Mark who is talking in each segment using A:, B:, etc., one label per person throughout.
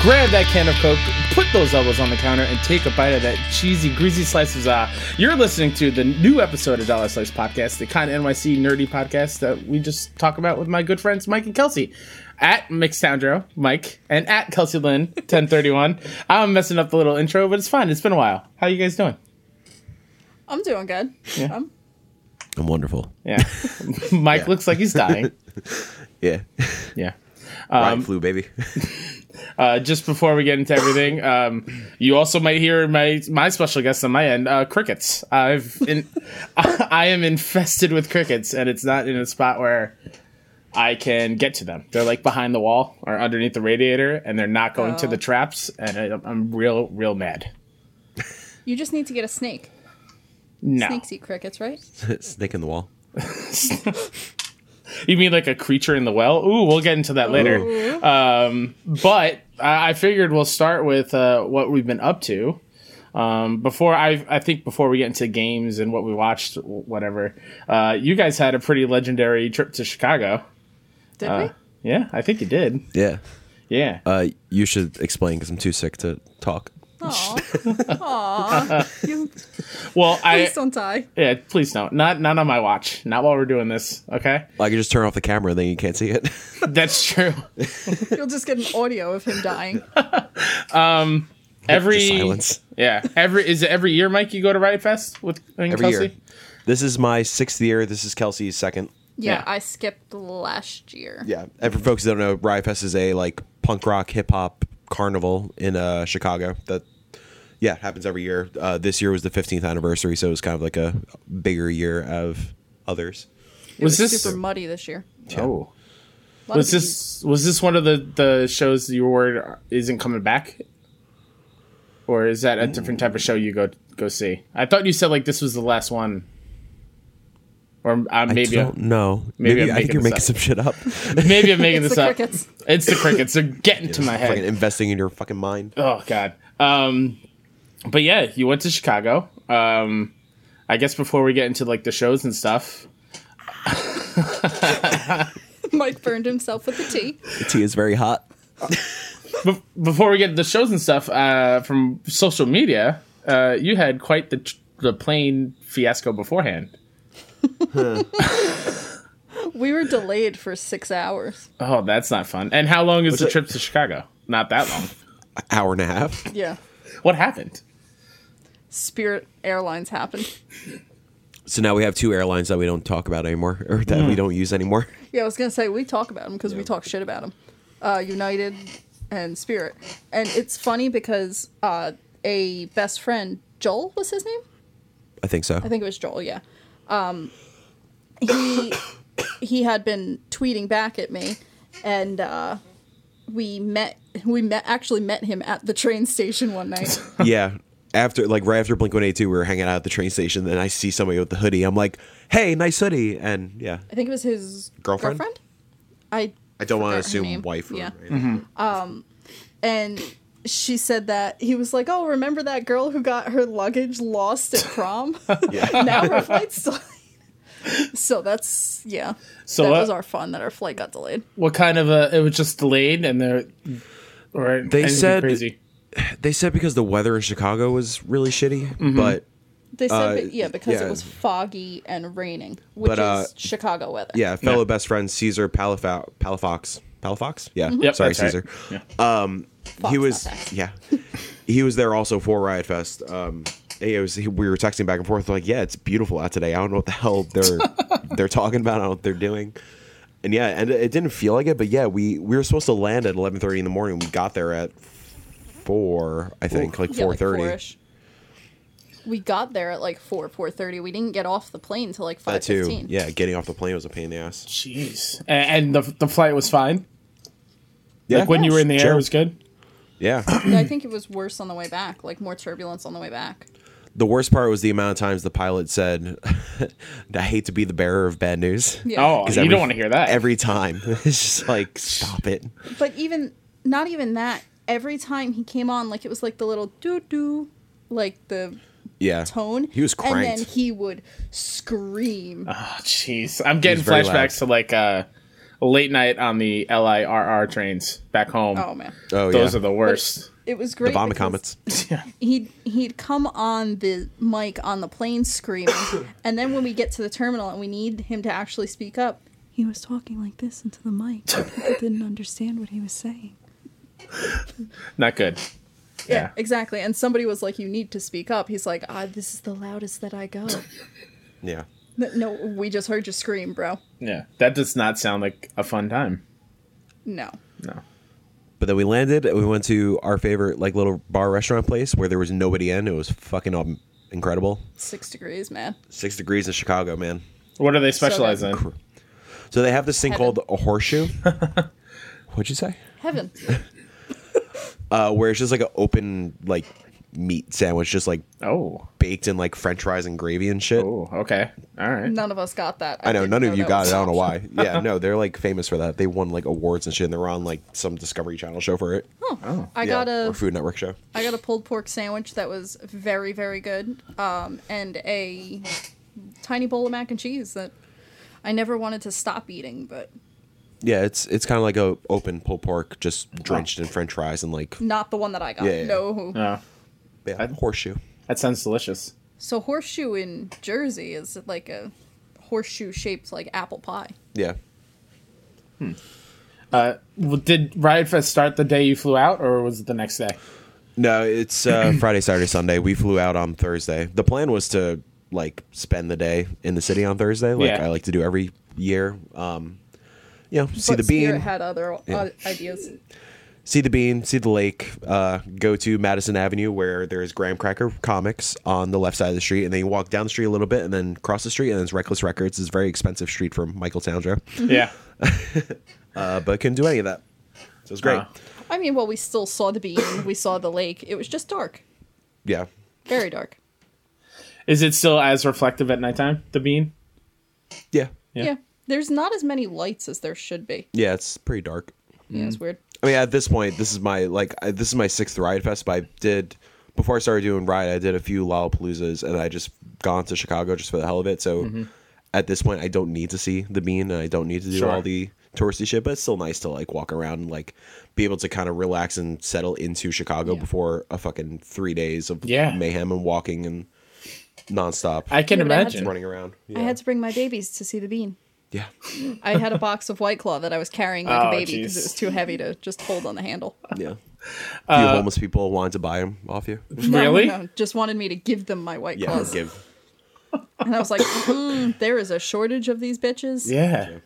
A: grab that can of Coke, put those elbows on the counter, and take a bite of that cheesy, greasy slice of za. You're listening to the new episode of Dollar Slice Podcast, the kind of NYC nerdy podcast that we just talk about with my good friends Mike and Kelsey. At Mixtoundro, Mike, and at Kelsey Lynn, 1031. I'm messing up the little intro, but it's fine. It's been a while. How you guys doing?
B: I'm doing good.
A: Yeah.
B: Um,
C: I'm wonderful.
A: Yeah. Mike
C: Yeah.
A: looks like he's dying.
C: Yeah.
A: Yeah.
C: Ryan flu baby.
A: Uh, just before we get into everything, um, you also might hear my my special guest on my end, uh, crickets. I've in, I am infested with crickets, and it's not in a spot where I can get to them. They're like behind the wall or underneath the radiator, and they're not going to
B: Oh.
A: the traps. And I, I'm real, real mad.
B: you just need to get a snake.
A: No,
B: Snakes eat crickets, right?
C: Snake in the wall.
A: you mean like a creature in the well? Ooh, we'll get into that later. but I, I figured we'll start with uh, what we've been up to. Um, before I, I think before we get into games and what we watched, w- whatever. Uh, you guys had a pretty legendary trip to Chicago.
B: Did
A: Uh, yeah, I think you did.
C: Yeah.
A: Yeah,
C: Uh, you should explain because I'm too sick to talk.
B: we? Aw. Aw. You-
A: well, I
B: Please don't die.
A: yeah, please don't, not not on my watch, not while we're doing this. Okay,
C: I can just turn off the camera and then you can't see it.
A: that's true.
B: You'll just get an audio of him dying.
A: Every
C: Just silence.
A: Yeah, every is it every year, Mike? You go to Riot Fest with and
C: Every
A: Kelsey?
C: year. This is my sixth year. This is Kelsey's second.
B: Yeah,
A: Yeah.
B: I skipped last year.
C: Yeah. And for folks that don't know, Riot Fest is a like punk rock hip hop carnival in uh, Chicago that yeah it happens every year. Uh, this year was the 15th anniversary, so it was kind of like a bigger year of others.
B: It
A: Was
B: was,
A: this-
B: super muddy this year.
A: Oh.
B: A lot
A: Was
B: of these-
A: this was this one of the the shows that you were worried isn't coming back, or is that a
C: Mm.
A: different type of show you go go see? I thought you said like this was the last one, or uh, maybe
C: I don't know.
A: maybe
C: Maybe,
A: I'm
C: I think
A: making
C: you're
A: this
C: making
A: up.
C: some shit up.
A: maybe I'm making
B: It's
A: this
B: the
A: up.
B: crickets.
A: It's the crickets. They're getting to my
C: Fucking
A: head.
C: investing in your fucking mind.
A: Oh god. Um, but yeah, you went to Chicago. Um, I guess before we get into like the shows and stuff,
B: Mike burned himself with the tea.
C: The tea is very hot.
A: Bef- before we get to the shows and stuff uh, from social media, uh, you had quite the the plane fiasco beforehand.
B: We were delayed for six hours.
A: Oh, that's not fun. And how long is the
C: it-
A: trip to Chicago? Not that long.
C: hour and a half.
B: Yeah.
A: what happened?
B: Spirit Airlines happened.
C: So now we have two airlines that we don't talk about anymore, or that
A: Mm.
C: we don't use anymore.
B: Yeah, I was gonna say we talk about them because we talk shit about them. Uh, United and Spirit, and it's funny because uh, a best friend, Joel was his name.
C: I think so.
B: I think it was Joel. Yeah, um, he he had been tweeting back at me, and uh, we met. We met actually met him at the train station one night.
C: yeah. After like right after Blink One Eight Two, we were hanging out at the train station. Then I see somebody with the hoodie. I'm like, "Hey, nice hoodie!" And yeah,
B: I think it was his
C: Girlfriend?
B: I
C: I don't want
B: forgot her
C: to assume
B: name.
C: wife. Or
B: Yeah.
A: Mm-hmm.
C: anything.
B: and she said that he was like, "Oh, remember that girl who got her luggage lost at prom?
C: Yeah.
B: now her flight's delayed." So that's yeah.
A: So
B: that
A: what,
B: was our fun that our flight got delayed.
A: what kind of a? It was just delayed, and they're or
C: They
A: anything
C: said-
A: crazy.
C: They said because the weather in Chicago was really shitty,
A: Mm-hmm.
C: but
B: They said,
C: Uh,
B: be- yeah, because
C: yeah.
B: it was foggy and raining, which
C: But, uh,
B: is Chicago weather.
C: yeah, fellow best friend Caesar Palifo- Palafox, Palafox, yeah,
A: Mm-hmm. Yep,
C: sorry,
A: that's right.
C: Caesar.
A: Yeah.
B: Fox,
C: he
B: not
C: was
B: Fox.
C: yeah he was there also for riot fest um it was, we were texting back and forth like yeah it's beautiful out today i don't know what the hell they're they're talking about i don't know what they're doing and yeah and it didn't feel like it but yeah we we were supposed to land at 11.30 in the morning we got there at 4 i think like
B: Yeah, like
C: 4.30
B: four-ish. We got there at like four, four thirty. We didn't get off the plane till like
C: that
B: five
C: too
B: fifteen.
C: yeah getting off the plane was a pain in the ass
A: Jeez. A- And, the the flight was fine.
C: yeah
A: Like when you were in the air,
C: Sure.
A: it was good.
C: yeah
B: Yeah, I think it was worse on the way back, like more turbulence on the way back.
C: the worst part was the amount of times the pilot said i hate to be the bearer of bad news
B: Yeah.
A: Oh, you
C: every-
A: don't want to hear that.
C: every time it's just like stop it
B: But even not even that. Every time he came on, like it was like the little doo doo, like the
C: yeah
B: tone.
C: He was
B: and then
C: cranked. Uh-huh.
B: he would scream.
A: Oh, Jeez, I'm getting
C: was very
A: flashbacks to like uh late night on the LIRR trains back home.
B: Oh man,
C: Oh
A: Those
C: yeah,
A: are the worst.
B: it was
C: the
B: great.
C: vomit
B: because
C: comments.
A: yeah.
B: He'd he'd come on the mic on the plane screaming, and then when we get to the terminal and we need him to actually speak up, he was talking like this into the mic. People didn't understand what he was saying.
A: Not good. Yeah.
B: Exactly. And somebody was like, "You need to speak up." He's like, "Ah, this is the loudest that I go."
C: Yeah,
B: N- no, we just heard you scream, bro.
A: Yeah. That does not sound like a fun time.
B: No.
A: No.
C: but then we landed. and We went to our favorite like little bar restaurant place where there was nobody in. It was fucking um, incredible.
B: Six degrees, man.
C: Six degrees in Chicago, man.
A: What do they specialize in?
C: Cr- So they have this thing
B: Heaven.
C: called a horseshoe. What'd you say?
B: Heaven.
C: Uh, where it's just like an open like meat sandwich, just like
A: Oh.
C: baked in like French fries and gravy and shit.
A: Oh. Okay. All right.
B: None of us got that.
C: I know
B: didn't
C: none of you
B: that
C: got
B: was
C: it. I
B: an
C: don't know
B: option.
C: why. Yeah, no, they're like famous for that. They won like awards and shit, and they're on like some Discovery Channel show for it.
B: Oh, I
C: Yeah,
B: got
C: or
B: a
C: Food Network show.
B: I got a pulled pork sandwich that was very very good, um, and a tiny bowl of mac and cheese that I never wanted to stop eating, but
C: Yeah, it's it's kind of like a open pulled pork, just drenched in French fries and like
B: not the one that I got.
C: Yeah, yeah, yeah.
B: No.
A: No.
C: yeah, horseshoe.
A: That sounds delicious.
B: So horseshoe in Jersey is like a horseshoe shaped like apple pie.
C: Yeah,
A: Well, did Riot Fest start the day you flew out, or was it the next day?
C: no, it's uh, Friday, Saturday, Sunday. We flew out on Thursday. The plan was to like spend the day in the city on Thursday, like
A: Yeah.
C: I like to do every year. Um, you know, see
B: but
C: the bean.
B: Spirit had other uh, ideas.
C: see the bean, see the lake, uh, go to Madison Avenue where there's Graham Cracker Comics on the left side of the street, and then you walk down the street a little bit, and then cross the street, and then it's Reckless Records. It's a very expensive street for Michael Toundra,
A: Yeah.
C: uh, but couldn't do any of that. So it was great.
A: Uh.
B: I mean, well, we still saw the bean, we saw the lake. It was just dark,
C: Yeah,
B: very dark.
A: Is it still as reflective at nighttime? The bean.
C: yeah,
A: Yeah.
B: Yeah. There's not as many lights as there should be.
C: yeah. It's pretty dark.
B: Yeah, it's weird.
C: I mean, at this point, this is my like I, this is my sixth ride fest. But I did before I started doing ride, I did a few Lollapaloozas, and I just gone to Chicago just for the hell of it. So
A: Mm-hmm.
C: at this point, I don't need to see the bean, and I don't need to do
A: Sure.
C: all the touristy shit. But it's still nice to like walk around and like be able to kind of relax and settle into Chicago before a fucking three days of
A: Yeah.
C: mayhem and walking and nonstop
A: I can
B: Yeah, but I had
A: imagine.
C: running around. Yeah,
B: I had to bring my babies to see the bean.
C: yeah.
B: I had a box of White Claw that I was carrying like
A: Oh,
B: a baby because
A: jeez.
B: it was too heavy to just hold on the handle.
C: yeah. A few
A: Uh,
C: homeless people wanted to buy them off you.
B: No,
A: Really?
B: no, just wanted me to give them my White
C: Yeah,
B: Claws.
C: give.
B: And I was like, mm, there is a shortage of these bitches.
A: Yeah.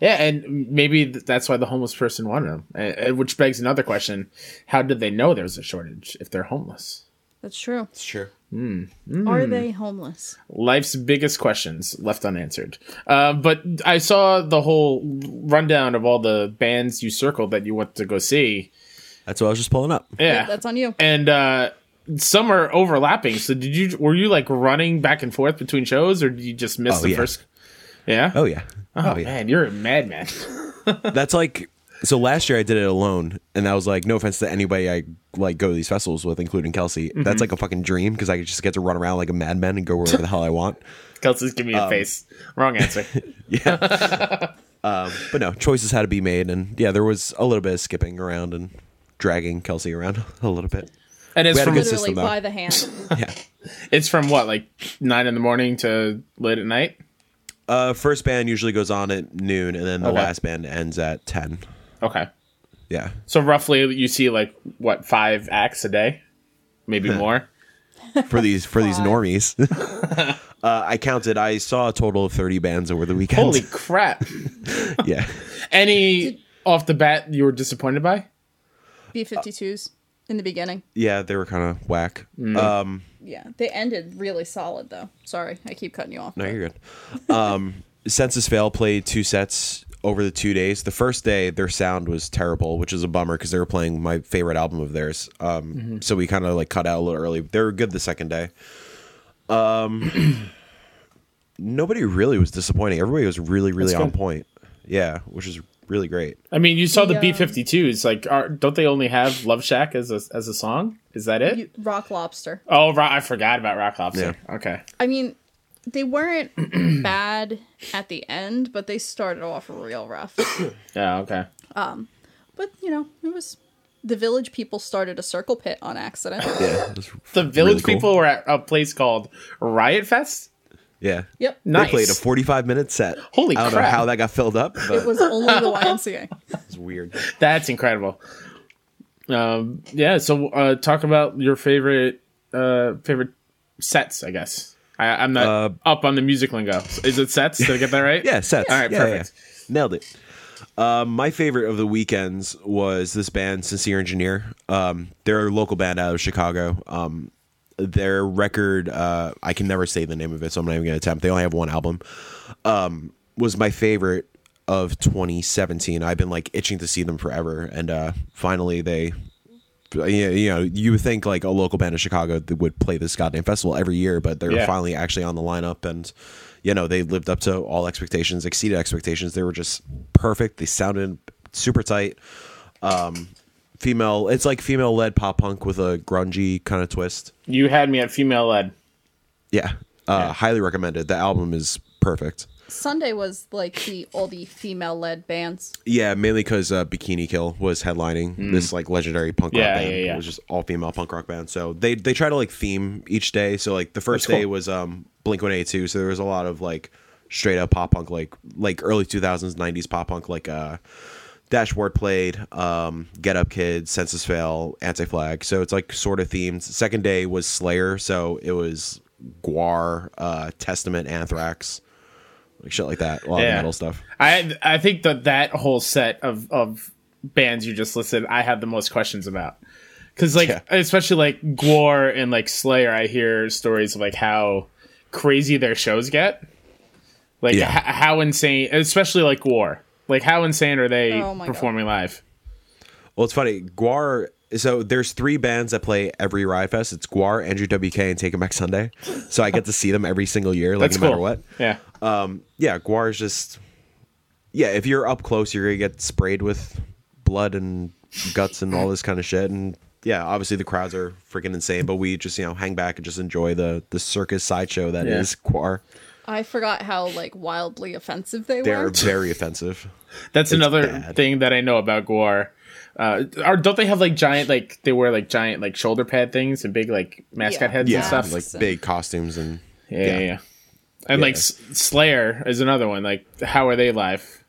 A: Yeah, and maybe th- that's why the homeless person wanted them. Uh, uh, which begs another question: How did they know there's a shortage if they're homeless?
B: That's true.
C: It's true.
B: Are they homeless?
A: Life's biggest questions left unanswered. Uh, but I saw the whole rundown of all the bands you circled that you went to go see.
C: That's what I was just pulling up.
A: Yeah,
B: Yep, that's on you.
A: and uh, some are overlapping. So did you were you like running back and forth between shows, or did you just miss
C: Oh,
A: the
C: yeah.
A: first? Yeah.
C: Oh yeah.
A: Oh, man, you're a madman.
C: That's like so last year I did it alone and I was like no offense to anybody I like go to these festivals with including Kelsey.
A: Mm-hmm.
C: That's like a fucking dream because I could just get to run around like a madman and go wherever the hell I want.
A: Kelsey's giving
C: Um,
A: me a face. Wrong answer.
C: But no, choices had to be made and yeah, there was a little bit of skipping around and dragging Kelsey around a little bit.
A: And it's
C: We had a
A: from
C: good
B: Literally
C: system, though.
B: by the hand.
C: Yeah.
A: it's from what like nine in the morning to late at night.
C: Uh first band usually goes on at noon and then the
A: Okay.
C: last band ends at 10.
A: Okay,
C: Yeah.
A: so roughly you see like what five acts a day, maybe more.
C: For these for these
B: Five.
C: normies. uh, I counted I saw a total of 30 bands over the weekend.
A: Holy crap!
C: yeah.
A: Any off the bat you were disappointed by?
B: B 52s in the beginning.
C: Yeah, they were kind of whack.
A: Mm.
C: Um
B: Yeah. They ended really solid, though. Sorry, I keep cutting you off.
C: No, you're good. Um, Census Fail played two sets over the two days. The first day, their sound was terrible, which is a bummer because they were playing my favorite album of theirs. Um,
A: Mm-hmm.
C: So we kind of like cut out a little early. They were good the second day. Um, nobody really was disappointing. Everybody was really, really
A: That's
C: on
A: good.
C: point. Yeah, which is really great.
A: I mean, you saw the
B: The,
A: B
B: um,
A: fifty twos. Like, are, don't they only have Love Shack as a as a song? Is that it?
B: You, rock lobster.
A: oh, Ro- I forgot about Rock Lobster. Okay,
B: I mean, they weren't bad at the end, but they started off real rough.
A: Yeah, okay.
B: but you know, it was the village people started a circle pit on accident.
C: Yeah, that's
A: The village
C: really cool.
A: people were at a place called Riot Fest.
C: Yeah,
B: Yep.
A: Nice.
C: They played a 45 minute set.
A: Holy
C: I don't know
A: crap.
C: how that got filled up, but
B: It
C: it was,
B: was only the YMCA.
C: weird.
A: That's incredible. Um, yeah. So uh, talk about your favorite uh, favorite sets. I guess I, I'm not
C: Uh,
A: up on the music lingo. Is it sets? Did I get that right?
C: Yeah, sets.
A: All right,
C: Yeah, yeah,
A: perfect.
C: yeah. Nailed it. Um, my favorite of the weekends was this band, Sincere Engineer. Um, they're a local band out of Chicago. Um, their record, uh, I can never say the name of it, so I'm not even going to attempt. They only have one album. Um, was my favorite of 2017. I've been like itching to see them forever, and uh, finally they yeah, you know, you would think like a local band in Chicago that would play this goddamn festival every year, but they're
A: Yeah.
C: finally actually on the lineup, and you know they lived up to all expectations, exceeded expectations. They were just perfect. They sounded super tight. Um, female, it's like female led pop punk with a grungy kind of twist.
A: You had me at female led.
C: Yeah, uh, highly recommended. The album is perfect.
B: Sunday was like the all the female led bands.
C: Yeah, mainly because uh, Bikini Kill was headlining this like legendary punk
A: Mm. Yeah,
C: rock band.
A: yeah, yeah.
C: It was just all female punk rock band. So they they try to like theme each day. So like the first
A: That's
C: day
A: cool.
C: was um Blink One Eight Two. So there was a lot of like straight up pop punk, like like early two thousands, nineties pop punk, like uh Dashboard played, um, Get Up Kids, Census Fail, Anti Flag. So it's like sort of themed. Second day was Slayer, so it was Guar, uh, Testament, Anthrax, like shit like that. A lot
A: Yeah.
C: of metal stuff.
A: I I think that that whole set of of bands you just listed, I have the most questions about. Because like,
C: Yeah.
A: especially like Gwar and like Slayer, I hear stories of like how crazy their shows get. Like
C: Yeah.
A: h- how insane, especially like War. Like how insane are they
B: Oh my God.
A: performing live?
C: Well, it's funny. Guar. So there's three bands that play every Riot Fest. It's Guar, Andrew WK, and Take 'Em Back Sunday. So I get to see them every single year, like
A: That's
C: no
A: cool.
C: matter what.
A: Yeah,
C: Um, yeah, Guar is just. Yeah, if you're up close, you're gonna get sprayed with blood and guts and all this kind of shit. And yeah, obviously the crowds are freaking insane, but we just you know hang back and just enjoy the the circus sideshow that is
A: Yeah.
C: Guar.
B: I forgot how like wildly offensive they
C: They're
B: were.
C: very offensive.
A: that's another
C: bad.
A: thing that I know about Gwar. Uh, or don't they have like giant like they wear like giant like shoulder pad things and big like mascot
B: Yeah.
A: heads
C: Yeah,
A: and stuff?
C: like
B: Awesome.
C: big costumes and
A: Yeah, yeah. yeah. And like S- Slayer is another one. Like, how are they live?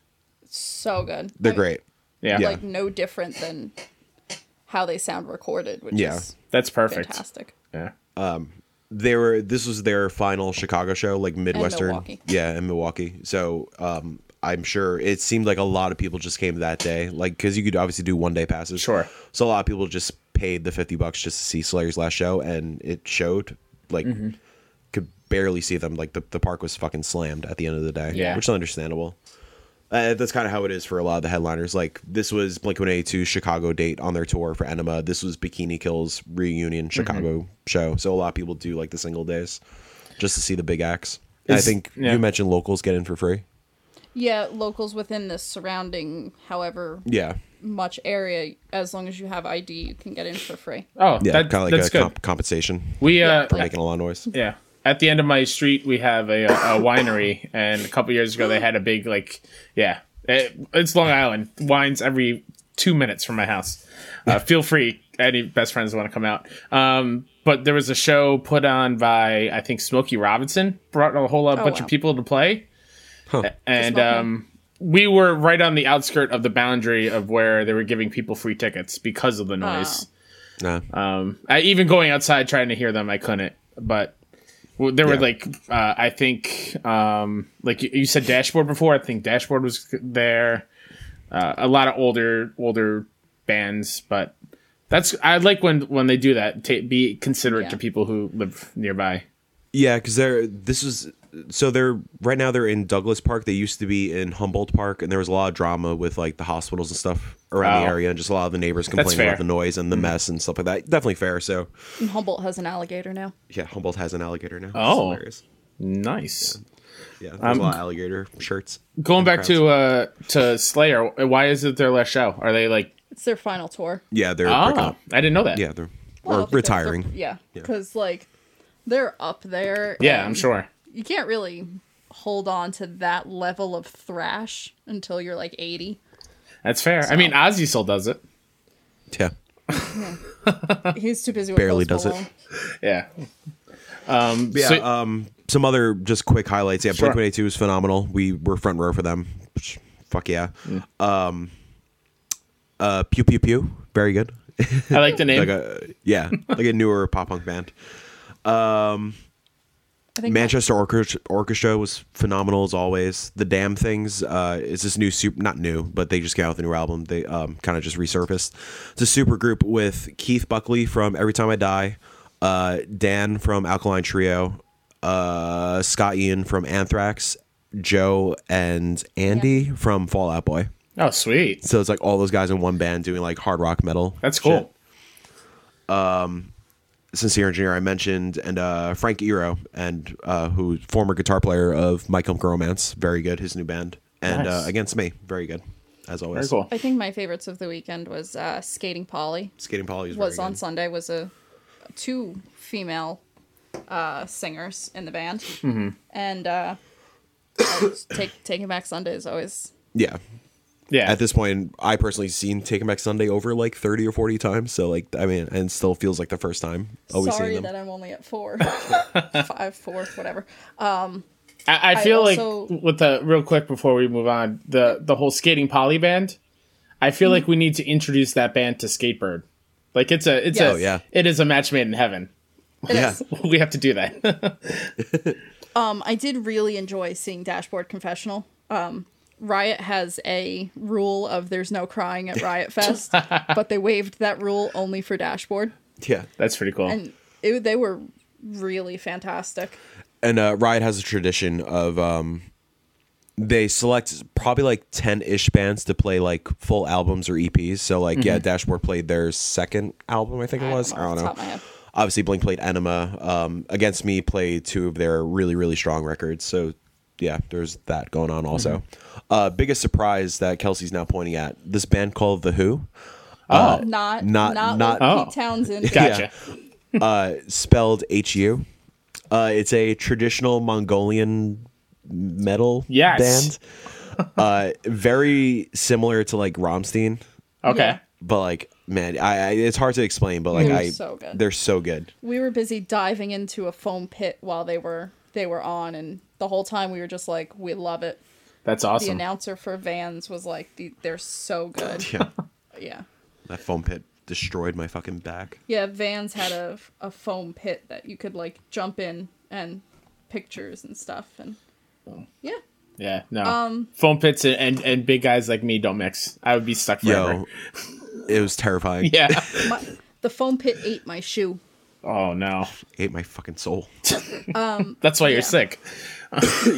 B: So good.
C: they're
B: I-
C: great.
A: Yeah,
C: Yeah.
B: Like no different than how they sound recorded, which
C: Yeah.
B: is
A: that's perfect.
B: fantastic.
A: Yeah,
C: they were this was their final Chicago show, like Midwestern.
B: Milwaukee.
C: Yeah, in Milwaukee. So um I'm sure it seemed like a lot of people just came that day, like because you could obviously do one day passes.
A: Sure.
C: So a lot of people just paid the fifty bucks just to see Slayer's last show, and it showed like
A: Mm-hmm.
C: could barely see them. Like the, the park was fucking slammed at the end of the day.
A: Yeah.
C: which is understandable. Uh, that's kind of how it is for a lot of the headliners. Like this was Blink 182 Chicago date on their tour for Enema. This was Bikini Kill's reunion
A: Mm-hmm.
C: Chicago show. So a lot of people do like the single days just to see the big acts. And I
A: Is-
C: think
A: yeah.
C: you mentioned locals get in for free.
B: Yeah, locals within the surrounding however
C: Yeah.
B: much area, as long as you have ID, you can get in for free.
A: Oh,
C: Yeah.
A: that,
C: kind of
A: that's
C: like a
A: good.
C: comp- compensation
A: we uh,
C: for making a lot of noise.
A: yeah. At the end of my street, we have a, a winery, and a couple years ago, they had a big like, yeah, it, it's Long Island wines every two minutes from my house. Uh, feel free, any best friends want to come out. Um, but there was a show put on by I think Smokey Robinson brought a whole lot, bunch
B: wow.
A: of people to play, and
B: Smokey.
A: um, we were right on the outskirt of the boundary of where they were giving people free tickets because of the noise.
C: Nah.
A: Uh, I even going outside trying to hear them, I couldn't. But well, there were
C: Yeah.
A: like uh, I think um, like you, you said dashboard before. I think dashboard was there. Uh, a lot of older older bands, but that's I like when when they do that. Ta be considerate
B: Yeah.
A: to people who live nearby.
C: Yeah, because they're this is so they're right now they're in Douglas Park. They used to be in Humboldt Park, and there was a lot of drama with like the hospitals and stuff around the
A: Oh.
C: area, and just a lot of the neighbors complaining
A: fair. Mm-hmm.
C: about the noise and the mess and stuff like that. Definitely fair. So
B: And Humboldt has an alligator now.
C: yeah, Humboldt has an alligator now. It's
A: Oh.
C: hilarious.
A: Nice.
C: yeah, there's a lot of alligator shirts.
A: Going back to uh to Slayer, why is it their last show? Are they like
B: It's their final tour.
C: Yeah, they're breaking
A: oh
C: up.
A: I didn't know that.
C: Yeah, they're
B: Well,
C: or
B: because they're-
C: retiring.
B: yeah, because like they're up there.
A: Yeah, I'm
B: and
A: sure.
B: you can't really hold on to that level of thrash until you're like 80.
A: That's fair. I mean, Ozzy still does it.
C: Yeah.
B: He's too busy with
C: Uh, Barely
B: Post
C: does it.
B: Malone.
A: Yeah. Um,
C: Yeah.
A: so-
C: um, some other just quick highlights. Yeah,
A: Sure.
C: Blink One Eight Two is phenomenal. We were front row for them. Psh, Fuck yeah.
A: Mm.
C: Um, uh, pew pew pew. Very good.
A: I like the name.
C: like a yeah, like a newer pop punk band. Um,
B: I think
C: Manchester Orchestra, Orchestra was phenomenal as always. The Damn Things uh, is this new super not new, but they just came out with a new album. They um, kind of just resurfaced. It's a super group with Keith Buckley from Every Time I Die, uh, Dan from Alkaline Trio, uh, Scott Ian from Anthrax, Joe and Andy from Fallout Boy.
A: oh, sweet.
C: So it's like all those guys in one band doing like hard rock metal.
A: That's cool.
C: shit. Sincere Engineer I mentioned, and uh, Frank Ero, and uh, who former guitar player of My Chemical Romance, very good. His new band, and
A: Nice.
C: uh, Against Me, very good as always.
A: Very cool.
B: I think my favorites of the weekend was uh, Skating Polly.
C: Skating Polly is
B: was
C: very
B: on
C: good.
B: Sunday was a two female uh, singers in the band,
C: Mm-hmm.
B: and uh, I just take Taking Back Sunday is always
C: Yeah,
A: Yeah.
C: at this point, I personally seen Taken Back Sunday over like thirty or forty times. So like, I mean, and still feels like the first time. Always
B: sorry
C: seeing them.
B: that I'm only at four, five, four, whatever.
A: I, I feel
B: I
A: like
B: also-
A: with the real quick before we move on the the whole skating poly band. I feel like we need to introduce that band to Skatebird. Like it's a it's
B: Yes.
A: a
B: Oh,
C: yeah.
A: it is a match made in heaven.
B: It
C: Yeah.
B: is.
A: we have to do that.
B: Um, I did really enjoy seeing Dashboard Confessional. Um, Riot has a rule of there's no crying at Riot Fest, but they waived that rule only for Dashboard,
C: yeah,
A: That's pretty cool.
B: and it, they were really fantastic.
C: and uh, Riot has a tradition of um, they select probably like ten ish bands to play like full albums or EPs. So like, yeah, Dashboard played their second album, I think it
B: Mm-hmm. I
C: was.
B: don't
C: I
B: know off
C: don't
B: the
C: know.
B: top of my head.
C: Obviously, Blink played Enema. Um, Against Me played two of their really really strong records. So yeah, there's that going on also.
B: Mm-hmm.
C: Uh, biggest surprise that Kelsey's now pointing at this band called The Who. Uh,
B: Not
C: Not-
B: not
C: not-
B: not,
A: Oh.
B: Pete Townsend.
A: Gotcha.
C: uh, spelled H U. Uh, it's a traditional Mongolian metal
A: Yes.
C: band. Uh, very similar to like Rammstein,
A: Okay.
B: Yeah.
C: but like man, I, I it's hard to explain. But like
B: They're
C: I,
B: so good.
C: they're so good.
B: We were busy diving into a foam pit while they were they were on, and the whole time we were just like, we love it.
A: That's
B: The
A: awesome.
B: announcer for Vans was like, "The- they're so good.
C: Yeah,
B: yeah.
C: that foam pit destroyed my fucking back.
B: Yeah, Vans had a a foam pit that you could like jump in and pictures and stuff and yeah.
A: Yeah. No.
B: um,
A: Foam pits and, and and big guys like me don't mix. I would be stuck forever.
C: Yo, it was terrifying.
A: Yeah.
B: My, the foam pit ate my shoe.
A: oh no.
C: ate my fucking soul.
A: That's why you're
B: Yeah.
A: sick.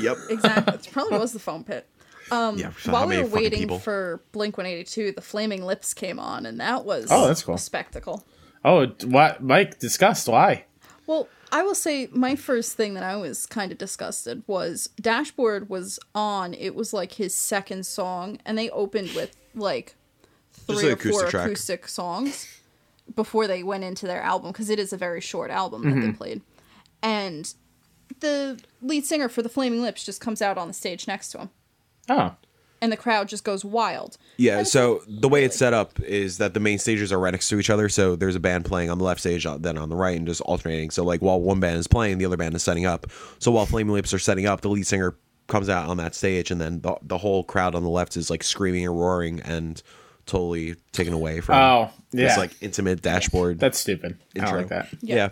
C: yep.
B: Exactly. it probably was the foam pit.
C: yeah. so how
B: um, While we
C: many
B: were
C: fucking
B: waiting
C: people?
B: for Blink 182, the Flaming Lips came on and that was
A: Oh, that's cool.
B: a spectacle.
A: Oh, what Mike discussed why?
B: Well, I will say my first thing that I was kind of disgusted was Dashboard was on. It was like his second song, and they opened with like
C: Just
B: three
C: an
B: or four
C: acoustic track.
B: acoustic songs before they went into their album because it is a very short album that they
C: Mm-hmm.
B: played. And the lead singer for the Flaming Lips just comes out on the stage next to him,
A: Oh.
B: and the crowd just goes wild.
C: Yeah, so the way it's set up is that the main stages are right next to each other. So there's a band playing on the left stage, uh, then on the right, and just alternating. So like while one band is playing, the other band is setting up. So while Flaming Lips are setting up, the lead singer comes out on that stage, and then the, the whole crowd on the left is like screaming and roaring and totally taken away from
A: Oh, yeah.
C: this like intimate dashboard
A: That's stupid. I
C: intro.
A: don't like that.
C: Yeah.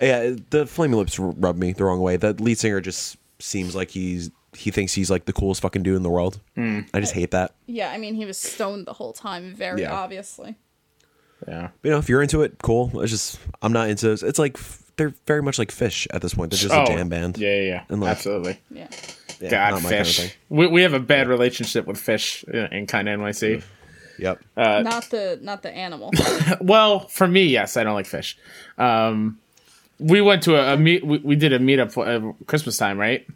C: yeah, The Flaming Lips r- rubbed me the wrong way. That lead singer just seems like he's he thinks he's like the coolest fucking dude in the world.
A: Hmm.
C: I just hate that.
B: Yeah, I mean he was stoned the whole time, very
C: Yeah.
B: obviously.
A: Yeah.
C: you know, if you're into it, cool. It's just I'm not into. It. It's like f- they're very much like Fish at this point. They're just a jam band.
A: Oh, Yeah, yeah, yeah.
C: And, like,
A: Absolutely.
B: Yeah.
C: Yeah,
A: God, fish. we, we have a bad relationship with fish in, in kind of NYC.
C: Yep.
A: Uh,
B: not the not the animal.
A: Well, for me, yes, I don't like fish. Um, we went to a, a meet. We, we did a meetup uh, Christmas time, right?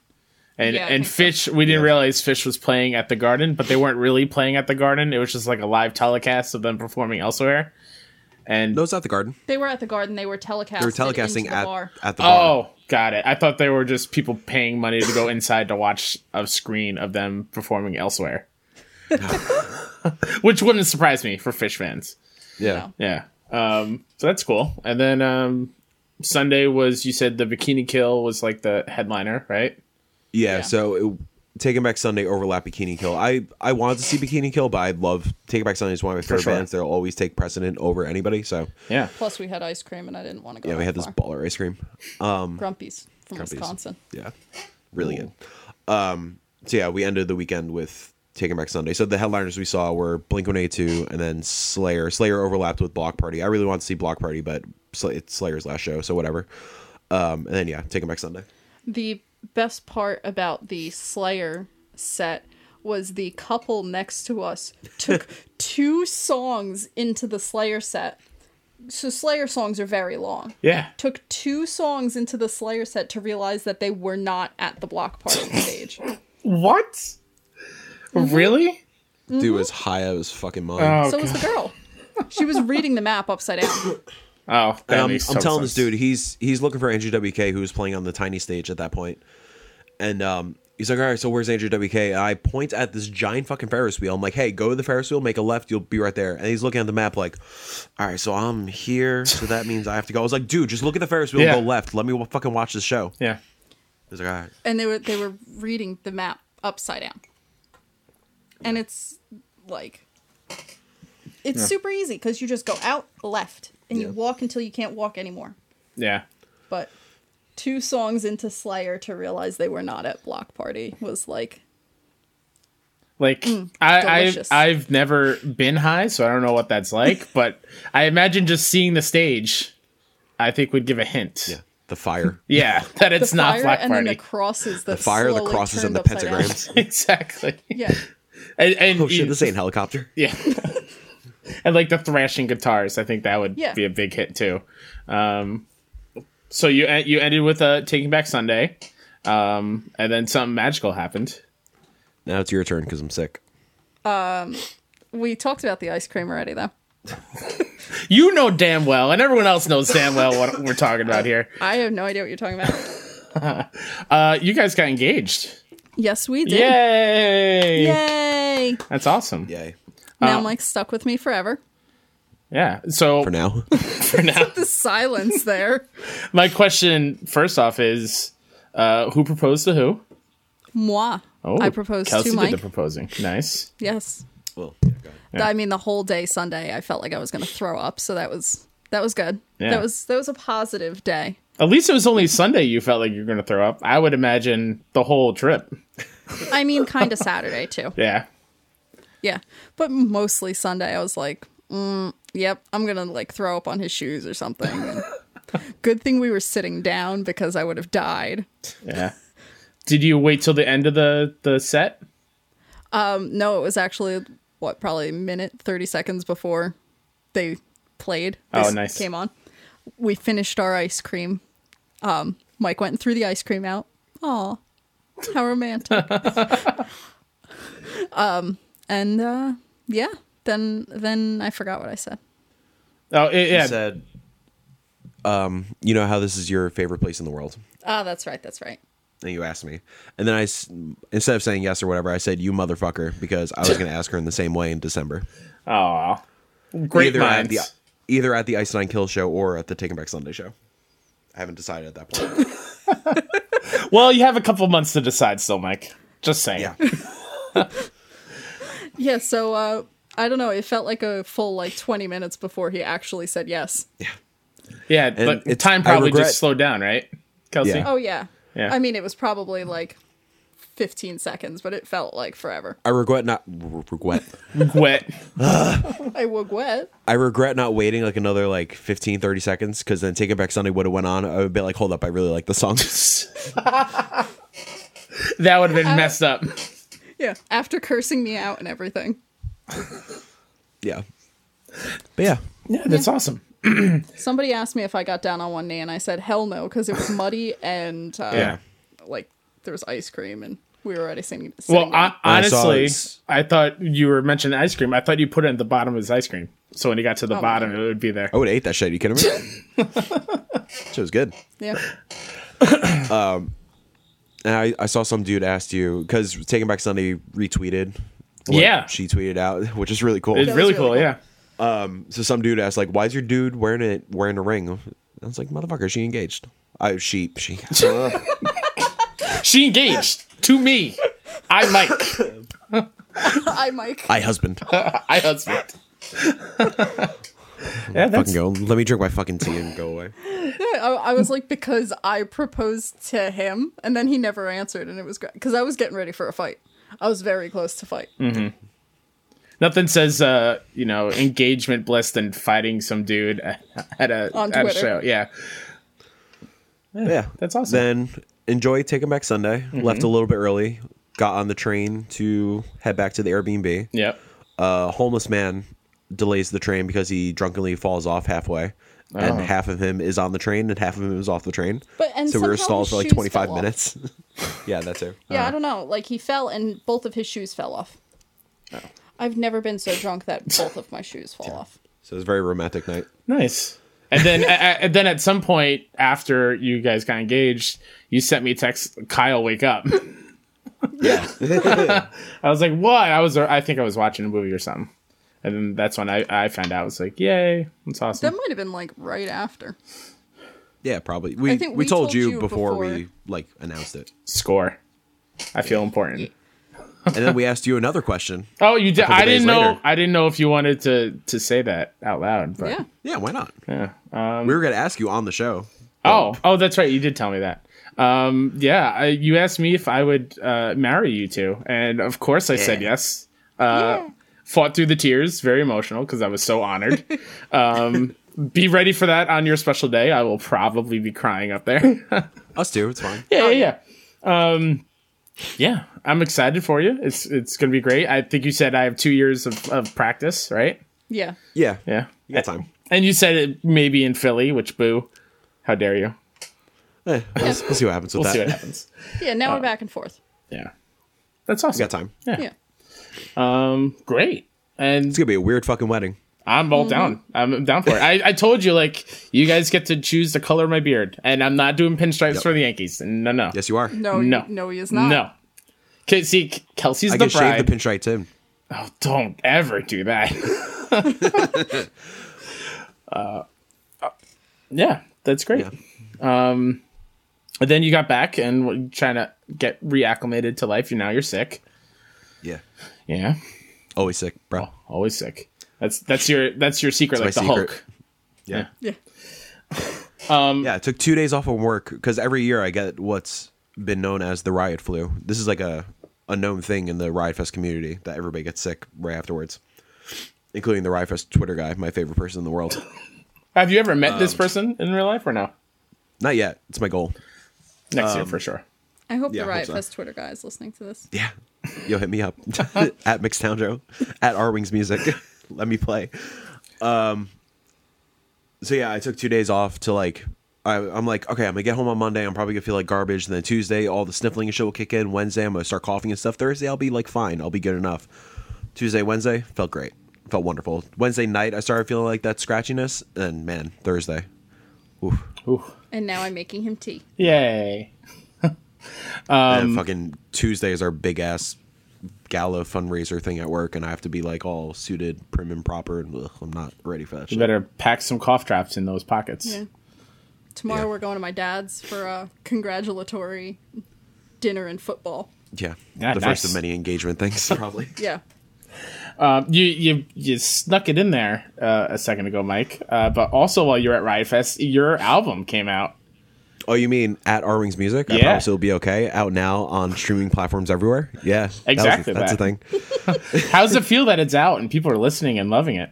A: And
B: Yeah, I
A: and
B: think so.
A: fish. We didn't
C: Yeah.
A: realize fish was playing at the garden, but they weren't really playing at the garden. It was just like a live telecast of them performing elsewhere. And
C: No, it's not the garden.
B: They were at the garden. They were telecasting.
C: They were telecasting
B: into the
C: at
B: bar.
C: at the bar.
A: oh, got it. I thought they were just people paying money to go inside to watch a screen of them performing elsewhere, which wouldn't surprise me for fish fans.
C: yeah.
B: No.
A: Yeah. Um, so that's cool. And then um, Sunday was you said the Bikini Kill was like the headliner, right?
C: Yeah, so it, Taking Back Sunday overlap Bikini Kill. I I wanted to see Bikini Kill, but I love Taking Back Sunday is one of my favorite
A: sure.
C: bands. They'll always take precedent over anybody. So
A: Yeah.
B: Plus, we had ice cream, and I didn't want to go.
C: yeah, we
B: that
C: had this
B: far.
C: baller ice cream.
B: Grumpy's from
C: Grumpy's.
B: Wisconsin.
C: Yeah, really good. Um, so yeah, we ended the weekend with Taking Back Sunday. So the headliners we saw were Blink One Eight Two and then Slayer. Slayer overlapped with Block Party. I really wanted to see Block Party, but Sl- it's Slayer's last show, so whatever. Um, and then yeah, Taking Back Sunday.
B: The best part about the Slayer set was the couple next to us took two songs into the Slayer set. So Slayer songs are very long.
A: Yeah.
B: Took two songs into the Slayer set to realize that they were not at the block party stage.
A: What?
C: Mm-hmm.
A: Really?
C: Dude was high out of his fucking mind.
A: Oh,
B: so was the girl. She was reading the map upside down.
A: Oh, that
C: Um, I'm
A: makes total
C: telling this
A: sense.
C: dude, he's he's looking for Andrew WK, who was playing on the tiny stage at that point. And um, he's like, all right, so where's Andrew WK? And I point at this giant fucking Ferris wheel. I'm like, hey, go to the Ferris wheel, make a left, you'll be right there. And he's looking at the map like, all right, so I'm here, so that means I have to go. I was like, dude, just look at the Ferris wheel,
A: Yeah.
C: and go left. Let me w- fucking watch the show.
A: Yeah.
C: He's like, all right,
B: and they were they were reading the map upside down and it's like it's super easy because you just go out left and
C: Yeah.
B: you walk until you can't walk anymore
A: Yeah.
B: but two songs into slayer to realize they were not at block party was like
A: Like I, I
B: Mm, delicious.
A: I've never been high, so I don't know what that's like. but I imagine just seeing the stage, I think would give a hint.
C: yeah, the fire,
A: Yeah, that it's not
B: fire
A: Black
B: and then
A: Party.
B: the crosses that
C: the fire, the
B: slowly
C: crosses, and
B: turned
C: the
B: upside down.
C: pentagrams.
A: exactly.
B: yeah
A: And, and
C: oh shit,
A: you-
C: this ain't helicopter.
A: yeah. and like the thrashing guitars, I think that would
B: Yeah.
A: be a big hit too. Um, so you en- you ended with a Taking Back Sunday, um, and then something magical happened.
C: Now it's your turn because I'm sick.
B: we talked about the ice cream already though
A: You know damn well, and everyone else knows damn well what we're talking about here.
B: i have no idea what you're talking about
A: Uh, you guys got engaged.
B: yes we did
A: Yay!
B: yay
A: That's awesome. Yeah.
C: Yay.
B: now
C: Um,
B: mike's stuck with me forever
A: So
C: For now,
B: the silence there
A: my question first off is, uh, who proposed to who?
B: moi. I proposed
A: Oh, Kelsey
B: to
A: did
B: Mike.
A: the proposing. Nice.
B: yes.
C: well, yeah, go ahead.
B: I mean the whole day Sunday I felt like I was going to throw up, so that was that was good.
A: Yeah.
B: That was that was a positive day.
A: At least it was only Sunday you felt like you were going to throw up. I would imagine the whole trip.
B: I mean kind of Saturday too.
A: Yeah.
B: Yeah. But mostly Sunday I was like, mm, yep, I'm going to like throw up on his shoes or something. good thing we were sitting down because I would have died.
A: Yeah. Did you wait till the end of the, the set?
B: Um, no, it was actually what probably a minute 30 seconds before they played.
A: Oh,
B: this
A: nice.
B: Came on. We finished our ice cream. Um, Mike went and threw the ice cream out. Aw, how romantic. um, and uh, yeah, then then I forgot what I said.
A: Oh, it, yeah.
C: said, um, you know how this is your favorite place in the world?
B: Ah, that's right, that's right.
C: And you asked me. And then I, s- instead of saying yes or whatever, I said, you motherfucker, because I was going to ask her in the same way in December.
A: Aw. Great
C: either
A: minds.
C: At the, either at the Ice Nine Kill show or at the Taking Back Sunday show. I haven't decided at that point.
A: Well, you have a couple months to decide still, Mike. Just saying.
C: yeah.
B: Yeah, so uh, I don't know. It felt like a full like 20 minutes before he actually said yes.
A: Yeah, but
C: it's-
A: time
C: I
A: probably
C: regret-
A: just slowed down, right? Kelsey?
C: Yeah.
B: Oh yeah.
A: Yeah.
B: I mean, it was probably like 15 seconds, but it felt like forever.
C: I regret not r- regret.
B: Oh.
A: Wet.
B: I woke wet.
C: I regret not waiting like another like 15, 30 seconds because then Taking Back Sunday would have went on. I would be like, hold up, I really like the song.
A: That would have been messed up.
B: Yeah. After cursing me out and everything.
C: yeah. But yeah.
A: Yeah, that's awesome.
B: Somebody asked me if I got down on one knee, and I said hell no because it was muddy and uh,
A: Yeah.
B: like there was ice cream, and we were already singing. sitting
A: Well,
B: down.
A: I,
C: I saw
A: honestly,
C: it's-
A: I, thought you were mentioning ice cream. I thought you put it at the bottom of his ice cream. So when he got to the
B: Oh,
A: bottom,
B: man.
A: it would be there.
C: I would have ate that shit. You kidding me? Shit was good.
B: Yeah.
C: And I, I saw some dude asked you because Taking Back Sunday retweeted. what
A: Yeah.
C: she tweeted out, which is really cool.
A: It's
B: was
A: really
B: really
A: cool,
B: cool.
A: Yeah.
C: So some dude asked like, "Why is your dude wearing it wearing a ring?" I was like, "Motherfucker, she engaged." I she she.
A: She engaged to me. I Mike.
B: I Mike.
C: I husband.
A: I husband. yeah,
C: fucking
A: that's
C: go. Let me drink my fucking tea and go away.
B: I, I was like because I proposed to him and then he never answered and it was great because I was getting ready for a fight. I was very close to fight.
A: nothing says uh, you know engagement bliss than fighting some dude at a
B: On
A: at a
B: Twitter.
A: show. Yeah,
C: Yeah,
A: that's awesome. Mm-hmm.
C: Then enjoy Taking Back Sunday. Left a little bit early. Got on the train to head back to the Airbnb.
A: yep.
C: A homeless man delays the train because he drunkenly falls off halfway, and
A: Oh.
C: half of him is on the train and half of him is off the train.
B: But- and
C: so we were
B: somehow
C: stalled
B: his
C: for like
B: shoes
C: 25
B: fell off.
C: minutes. yeah, Uh, that's it.
B: Yeah, I don't know. Like he fell and both of his shoes fell off. I've never been so drunk that both of my shoes fall off.
C: So it was a very romantic night.
A: Nice. And then, a- a- and then at some point after you guys got engaged, you sent me a text. Kyle, wake up!
C: Yeah.
A: I was like, "What?" I was, I think I was watching a movie or something. And then that's when I, I found out. I was like, "Yay, that's
B: That
A: awesome!"
B: might have been like right after.
C: yeah, probably. We,
B: I think
C: we,
B: we
C: told,
B: told
C: you,
B: you
C: before, we
B: before.
C: like announced it.
A: Score. I feel important.
C: And then we asked you another question.
A: Oh, you did.
C: couple
A: I didn't
C: days
A: know.
C: later.
A: I didn't know if you wanted to to say that out loud. But
B: Yeah.
C: Yeah, why not?
A: yeah. um,
C: we were going to ask you on the show.
A: Oh, oh, that's right. You did tell me that. Um, yeah, I, you asked me if I would uh, marry you two, and of course I said yes. Uh, Fought through the tears, very emotional because I was so honored. um, be ready for that on your special day. I will probably be crying up there. yeah,
C: Us two, it's fine.
A: yeah, yeah. Um, yeah, I'm excited for you. It's it's gonna be great. I think you said I have two years of, of practice, right?
B: Yeah.
C: Yeah.
A: Yeah,
C: You got time.
A: and you said it maybe in Philly, which boo, how dare you?
C: Eh, we'll, we'll see what happens with
A: We'll see
C: that.
A: what happens.
B: Yeah, now we're back and forth.
A: Yeah, that's awesome.
C: You got time.
A: Yeah.
B: Yeah.
A: Um, great. And
C: It's going to be a weird fucking wedding.
A: I'm all down. I'm down for it. I, I told you, like, you guys get to choose the color of my beard, and I'm not doing pinstripes
C: Yep.
A: for the Yankees. No, no,
C: Yes, you are.
B: No,
A: No.
B: no, no he is not.
A: no. Okay, see, K- Kelsey's
C: I
A: the
C: can shave
A: bride.
C: the pinstripe too.
A: oh, don't ever do that. uh, uh, yeah, that's great. Um, and then you got back and were trying to get reacclimated to life. You now you're sick.
C: Yeah.
A: Yeah,
C: Always sick, bro.
A: always sick. That's that's your that's your secret,
C: That's
A: like
C: my
A: the
C: secret.
A: Hulk.
C: Yeah.
B: Yeah.
C: Yeah, I took two days off of work because every year I get what's been known as the riot flu. This is like a, a known thing in the Riot Fest community that everybody gets sick right afterwards, including the Riot Fest Twitter guy, my favorite person in the world.
A: Have you ever met
C: Um,
A: this person in real life or no?
C: Not yet. It's my goal.
A: Next
C: um,
A: year for sure.
B: I hope
C: Yeah, I
B: the
C: hope
B: Riot
C: so.
B: Fest Twitter guy is listening to this.
C: Yeah. Yo, hit me up at Mixtown Joe, at R Wings Music. Let me play. Um. So yeah, I took two days off to like. I, I'm like, okay, I'm gonna get home on Monday. I'm probably gonna feel like garbage. And then Tuesday, all the sniffling and shit will kick in. Wednesday, I'm gonna start coughing and stuff. Thursday, I'll be like fine. I'll be good enough. Tuesday, Wednesday, felt great. Felt wonderful. Wednesday night, I started feeling like that scratchiness. And man, Thursday, oof,
B: And now I'm making him tea.
A: Yay.
C: and fucking Tuesday is our big ass gala fundraiser thing at work, and I have to be like all suited, prim and proper, and ugh, I'm not ready for that
A: You
C: shit.
A: better pack some cough drops in those pockets.
B: Yeah. Tomorrow
C: Yeah.
B: we're going to my dad's for a congratulatory dinner and football.
C: Yeah,
A: Yeah,
C: the
A: nice.
C: first of many engagement things, probably.
B: Yeah.
A: Um, you you you snuck it in there uh, a second ago, Mike. Uh, but also while you're at Riot Fest, your album came out.
C: oh, you mean at R Wings Music? I
A: Yeah.
C: promise it'll be okay. Out now on streaming platforms everywhere. Yeah, that was-
A: Exactly
C: that's
A: that.
C: the thing.
A: How does it feel that it's out and people are listening and loving it?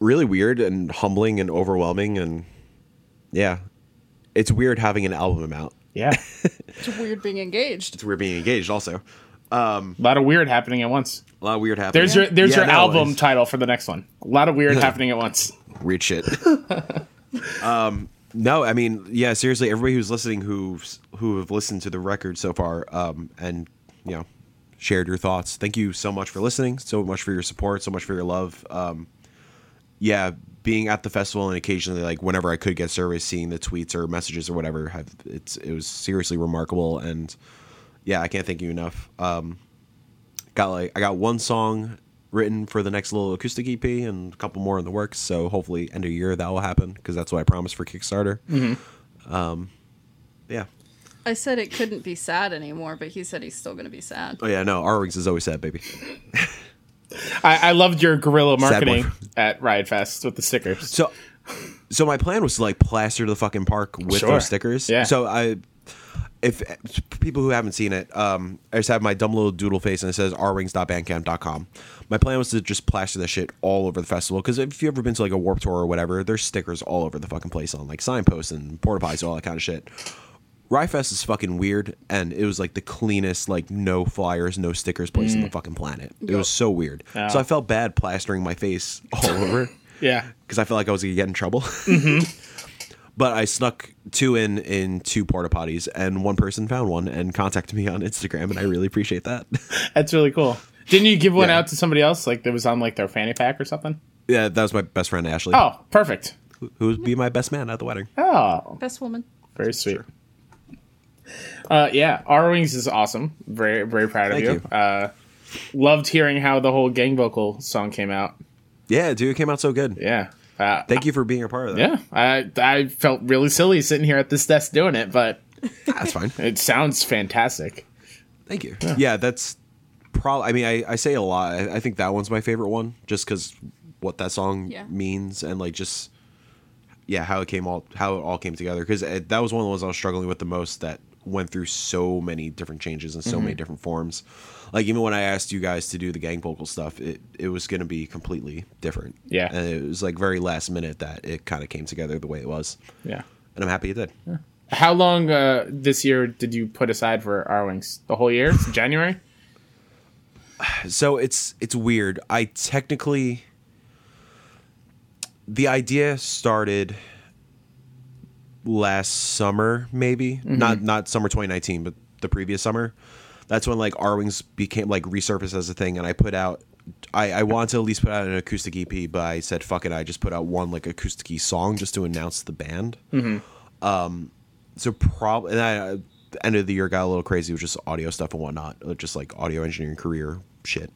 C: really weird and humbling and overwhelming, and yeah, it's weird having an album out.
A: Yeah,
B: It's weird being engaged.
C: It's weird being engaged, also.
A: a lot of weird happening at once.
C: A lot of weird happening.
A: There's your there's
C: Yeah,
A: your
C: no,
A: album
C: it's-
A: title for the next one. A lot of weird happening at once.
C: weird shit. um, no, I mean, yeah, seriously, everybody who's listening who who have listened to the record so far, um, and you know, shared your thoughts. Thank you so much for listening, so much for your support, so much for your love. Um, yeah, being at the festival and occasionally like whenever I could get service, seeing the tweets or messages or whatever, have it's it was seriously remarkable and yeah, I can't thank you enough. Um, got like I got one song written for the next little acoustic EP and a couple more in the works. So hopefully end of year that will happen because that's what I promised for Kickstarter. Um, yeah.
B: I said it couldn't be sad anymore, but he said he's still going to be sad.
C: Oh yeah, no, our rings is always sad, baby.
A: I, I loved your guerrilla
C: Sad boy.
A: marketing at Riot Fest with the stickers.
C: So, so my plan was to like plaster the fucking park with
A: Sure.
C: those stickers.
A: Yeah.
C: So I, if people who haven't seen it, um, I just have my dumb little doodle face and it says rwings.bandcamp.com. My plan was to just plaster this shit all over the festival because if you've ever been to like a warp tour or whatever, there's stickers all over the fucking place on like signposts and porta pies and all that kind of shit. Ryfest is fucking weird, and it was like the cleanest, like no flyers, no stickers place
A: Mm.
C: on the fucking planet. It was so weird. So I felt bad plastering my face all over.
A: Yeah.
C: because I felt like I was gonna get in trouble.
A: Mm-hmm.
C: but I snuck two in in two porta potties, and one person found one and contacted me on Instagram, and I really appreciate that.
A: That's really cool. Didn't you give one
C: Yeah.
A: out to somebody else? Like that was on like their fanny pack or something?
C: yeah, that was my best friend Ashley,
A: Oh, perfect.
C: who would be my best man at the wedding.
A: Oh,
B: Best woman.
A: very sweet. Uh, yeah, R Wings is awesome. Very, very proud of
C: Thank
A: you.
C: you.
A: Uh, loved hearing how the whole gang vocal song came out.
C: Yeah, dude, it came out so good.
A: Yeah. Uh,
C: Thank you for being a part of that.
A: yeah. I I felt really silly sitting here at this desk doing it, but
C: that's fine.
A: it sounds fantastic.
C: Thank you. Yeah, that's probably. I mean, I, I say a lot. I, I think that one's my favorite one, just because what that song
B: Yeah.
C: means and like just yeah how it came all how it all came together. Because that was one of the ones I was struggling with the most. That went through so many different changes and so many different forms. Like even when I asked you guys to do the gang vocal stuff, it it was going to be completely different.
A: Yeah.
C: and it was like very last minute that it kind of came together the way it was,
A: Yeah.
C: and I'm happy it did.
A: How long uh, this year did you put aside for R Wings? The whole year? January?
C: so it's it's weird. I technically the idea started last summer, maybe not not summer 2019, but the previous summer. That's when like R Wings became like resurfaced as a thing, and I put out. I, I wanted to at least put out an acoustic EP, but I said fuck it. I just put out one like acoustic E song just to announce the band. Um, so probably and I uh, the end of the year got a little crazy with just audio stuff and whatnot, uh, just like audio engineering career shit.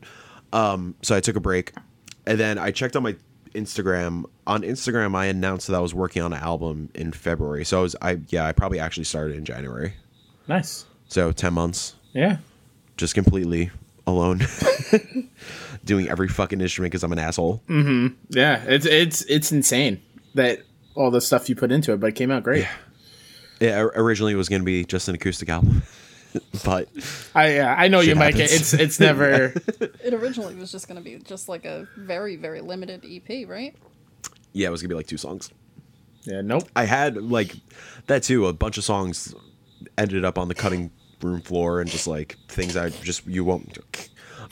C: Um, so I took a break, and then I checked on my Instagram. On Instagram, I announced that I was working on an album in February. So I was, I yeah, I probably actually started in January.
A: Nice.
C: So ten months,
A: Yeah.
C: just completely alone, doing every fucking instrument because I'm an asshole.
A: Yeah, it's it's it's insane that all the stuff you put into it, but it came out great.
C: Yeah, or- originally it was gonna be just an acoustic album, but
A: I yeah, I know you,
C: Shit
A: Mike.
C: happens.
A: It's it's never.
B: It originally was just going to be just like a very, very limited EP, right?
C: yeah, it was gonna be like two songs.
A: yeah, nope.
C: I had like that too. A bunch of songs ended up on the cutting room floor and just like things I just you won't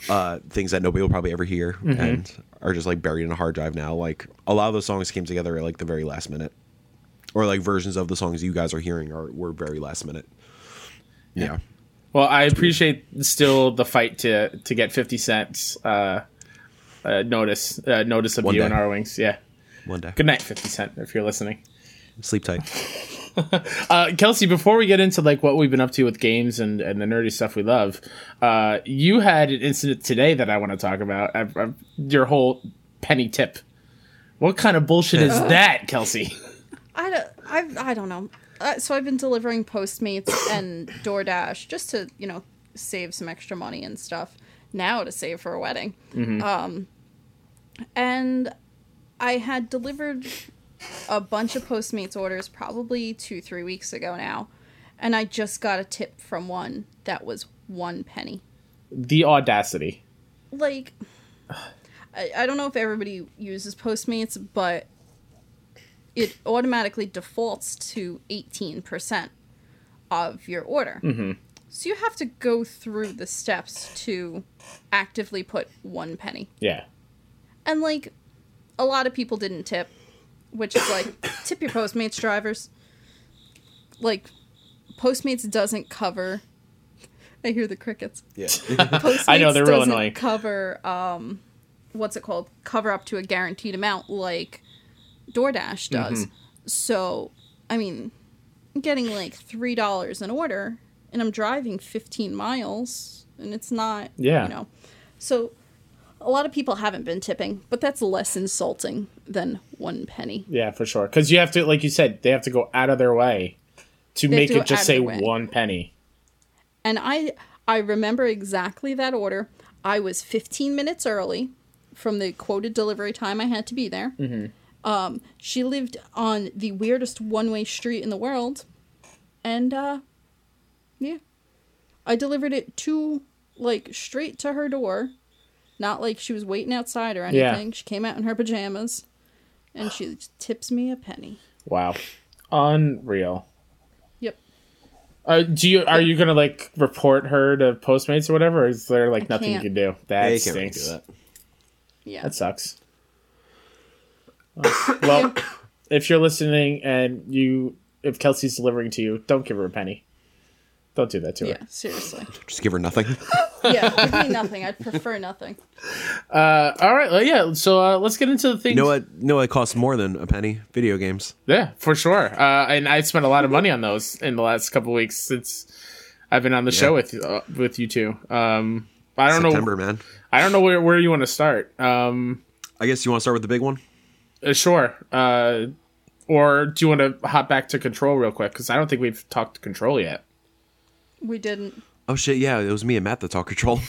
C: uh things that nobody will probably ever hear
A: Mm-hmm.
C: and are just like buried in a hard drive now. Like a lot of those songs came together at like the very last minute. Or like versions of the songs you guys are hearing are were very last minute. Yeah.
A: Well, I appreciate still the fight to to get fifty cents uh, uh, notice uh, notice of
C: One
A: you
C: day.
A: and our wings. Yeah.
C: One day.
A: Good night, fifty cent, if you're listening.
C: Sleep tight.
A: Uh, Kelsey, before we get into like what we've been up to with games and, and the nerdy stuff we love, uh, you had an incident today that I want to talk about. I, I, your whole penny tip. What kind of bullshit is that, Kelsey?
B: I don't, I've, I don't know. Uh, so I've been delivering Postmates and DoorDash just to, you know, save some extra money and stuff. Now to save for a wedding. Um, and I had delivered a bunch of Postmates orders probably two, three weeks ago now. And I just got a tip from one that was one penny.
A: The audacity.
B: like I, I don't know if everybody uses Postmates, but it automatically defaults to 18% of your order. So you have to go through the steps to actively put one penny.
A: Yeah.
B: And like a lot of people didn't tip, which is like tip your Postmates drivers. Like Postmates doesn't cover I hear the crickets.
C: Yeah.
B: Postmates
A: I know, they're real
B: doesn't
A: annoying.
B: Cover um, what's it called cover up to a guaranteed amount like DoorDash
A: Mm-hmm.
B: does. So, I mean, getting like three dollars an order, and I'm driving 15 miles, and it's not
A: Yeah.
B: you know. So, a lot of people haven't been tipping, but that's less insulting than one penny.
A: Yeah, for sure. Because you have to, like you said, they have to go out of their way to
B: have
A: make
B: to go
A: it just
B: out of
A: say
B: their way.
A: one penny.
B: And I I remember exactly that order. I was 15 minutes early from the quoted delivery time I had to be there. Um, she lived on the weirdest one-way street in the world, and uh, yeah, I delivered it to like straight to her door. Not like she was waiting outside or
A: Yeah.
B: anything. She came out in her pajamas, and she tips me a penny.
A: Wow, unreal.
B: Yep.
A: Uh, do you are you gonna like report her to Postmates or whatever? Or is there like nothing
B: can't.
A: you can do? That
C: They can't really
A: stinks.
C: do
A: That.
C: that.
B: Yeah.
A: sucks. Uh, well, if you're listening and you if Kelsey's delivering to you, don't give her a penny. Don't do that to her.
B: yeah. Seriously.
C: Just give her nothing.
B: Yeah. Give me nothing. I'd prefer nothing.
A: Uh, all right, well, yeah. So uh, let's get into the things.
C: you know what? No, it costs more than a penny. Video games.
A: Yeah, for sure. Uh, and I spent a lot of money on those in the last couple weeks since I've been on the show with uh, with you two. Um, I don't
C: September,
A: know.
C: man.
A: I don't know where, where you want to start. Um,
C: I guess you want to start with the big one.
A: uh, sure. Uh, or do you want to hop back to control real quick? Because I don't think we've talked to control yet.
B: We didn't.
C: Oh shit! Yeah, it was me and Matt that talk control.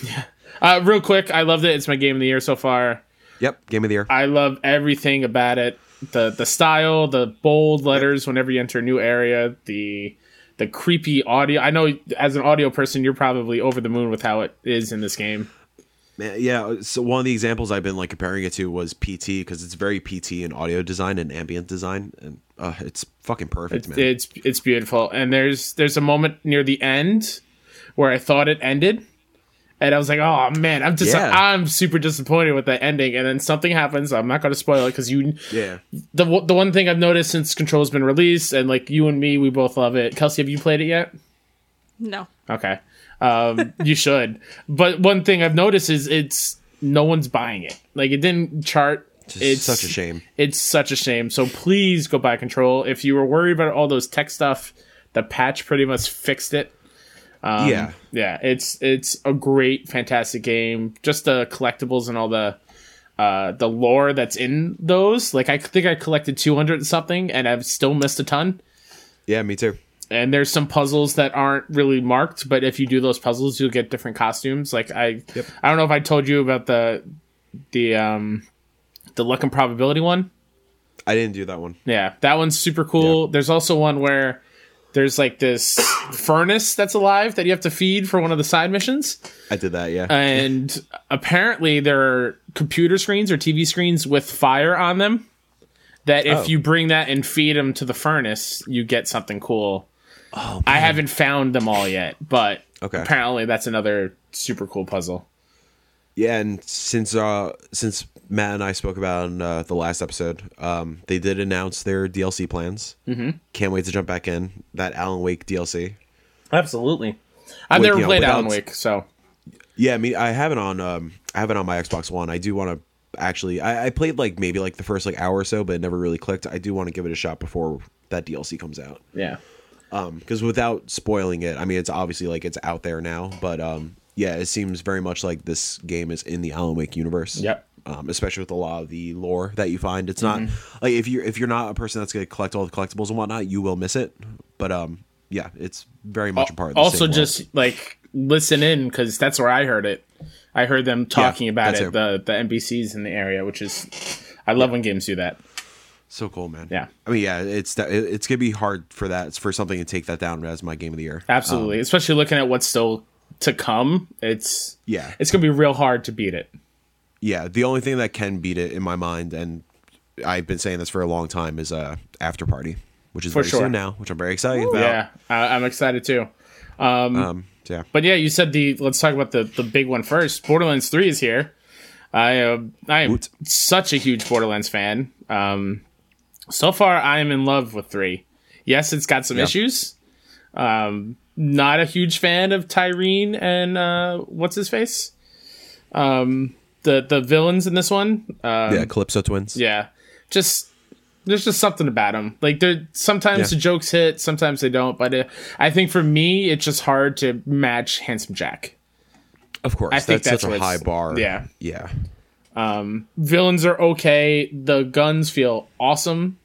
A: Uh, real quick, I loved it. It's my game of the year so far.
C: yep, game of the year.
A: I love everything about it. The the style, the bold letters whenever you enter a new area, the the creepy audio. I know as an audio person, you're probably over the moon with how it is in this game.
C: Man, yeah. So one of the examples I've been like comparing it to was PT because it's very PT in audio design and ambient design, and uh, it's fucking perfect, man.
A: It's it's beautiful. And there's there's a moment near the end where I thought it ended. And I was like, "Oh man, I'm just
C: Yeah.
A: I'm super disappointed with the ending." And then something happens. I'm not going to spoil it cuz you
C: yeah.
A: the w- the one thing I've noticed since Control's been released and like you and me, we both love it. Kelsey, have you played it yet?
B: No.
A: Okay. Um, you should. But one thing I've noticed is it's no onene's buying it. Like it didn't chart.
C: It's such a shame.
A: It's such a shame. So please go buy Control. If you were worried about all those tech stuff, the patch pretty much fixed it. um,
C: yeah.
A: Yeah, it's it's a great, fantastic game. Just the collectibles and all the uh, the lore that's in those. Like I think I collected two hundred and something, and I've still missed a ton.
C: Yeah. Me too.
A: and there's some puzzles that aren't really marked but if you do those puzzles you'll get different costumes like i i don't know if i told you about the the um the luck and probability one
C: I didn't do that one.
A: yeah that one's super cool there's also one where there's like this furnace that's alive that you have to feed for one of the side missions
C: I did that. Yeah.
A: and apparently there are computer screens or TV screens with fire on them that if
C: Oh.
A: you bring that and feed them to the furnace, you get something cool. Oh, I haven't found them all yet, but
C: Okay.
A: apparently that's another super cool puzzle.
C: Yeah, and since uh since Matt and I spoke about in uh, the last episode, um, they did announce their DLC plans. Mm-hmm. Can't wait to jump back in that Alan Wake DLC.
A: Absolutely. I've
C: With,
A: never
C: you know,
A: played
C: without-
A: Alan Wake, so
C: Yeah, I mean, I have it on um, I have it on my Xbox One. I do want to actually. I, I played like maybe like the first like hour or so, but it never really clicked. I do want to give it a shot before that DLC comes out.
A: yeah.
C: because without spoiling it, I mean, it's obviously like it's out there now, but um, yeah, it seems very much like this game is in the Alan Wake universe.
A: Yep.
C: Um, especially with a lot of the lore that you find, it's not
A: Mm-hmm.
C: like if you're if you're not a person that's going to collect all the collectibles and whatnot, you will miss it. But um, yeah, it's very much a part. of the
A: also
C: same world.
A: just like listen in because that's where i heard it i heard them talking about
C: that
A: it
C: too.
A: the the npcs in the area which is i love when games do that
C: so cool, man.
A: Yeah.
C: I mean, yeah, it's it- it's gonna be hard for that. It's for something to take that down as my game of the year.
A: absolutely especially looking at what's still to come it's
C: Yeah.
A: it's gonna be real hard to beat it
C: yeah, the only thing that can beat it in my mind, and I've been saying this for a long time, is uh, After Party, which is very
A: sure.
C: soon now, which I'm very excited about.
A: yeah I, i'm excited too
C: Um, yeah.
A: but yeah you said the let's talk about the the big one first borderlands 3 is here i am i am
C: Woot.
A: such a huge borderlands fan um so far i am in love with 3 yes it's got some
C: Yeah.
A: issues um not a huge fan of tyreen and uh what's his face the the villains in this one. Um,
C: yeah, Calypso twins.
A: yeah, just there's just something about them. Like there, sometimes
C: Yeah.
A: the jokes hit, sometimes they don't. But uh I think for me, it's just hard to match Handsome Jack.
C: Of course,
A: I think
C: that's,
A: that's
C: such a
A: what's-
C: high bar.
A: yeah.
C: yeah.
A: Villains are okay. The guns feel awesome.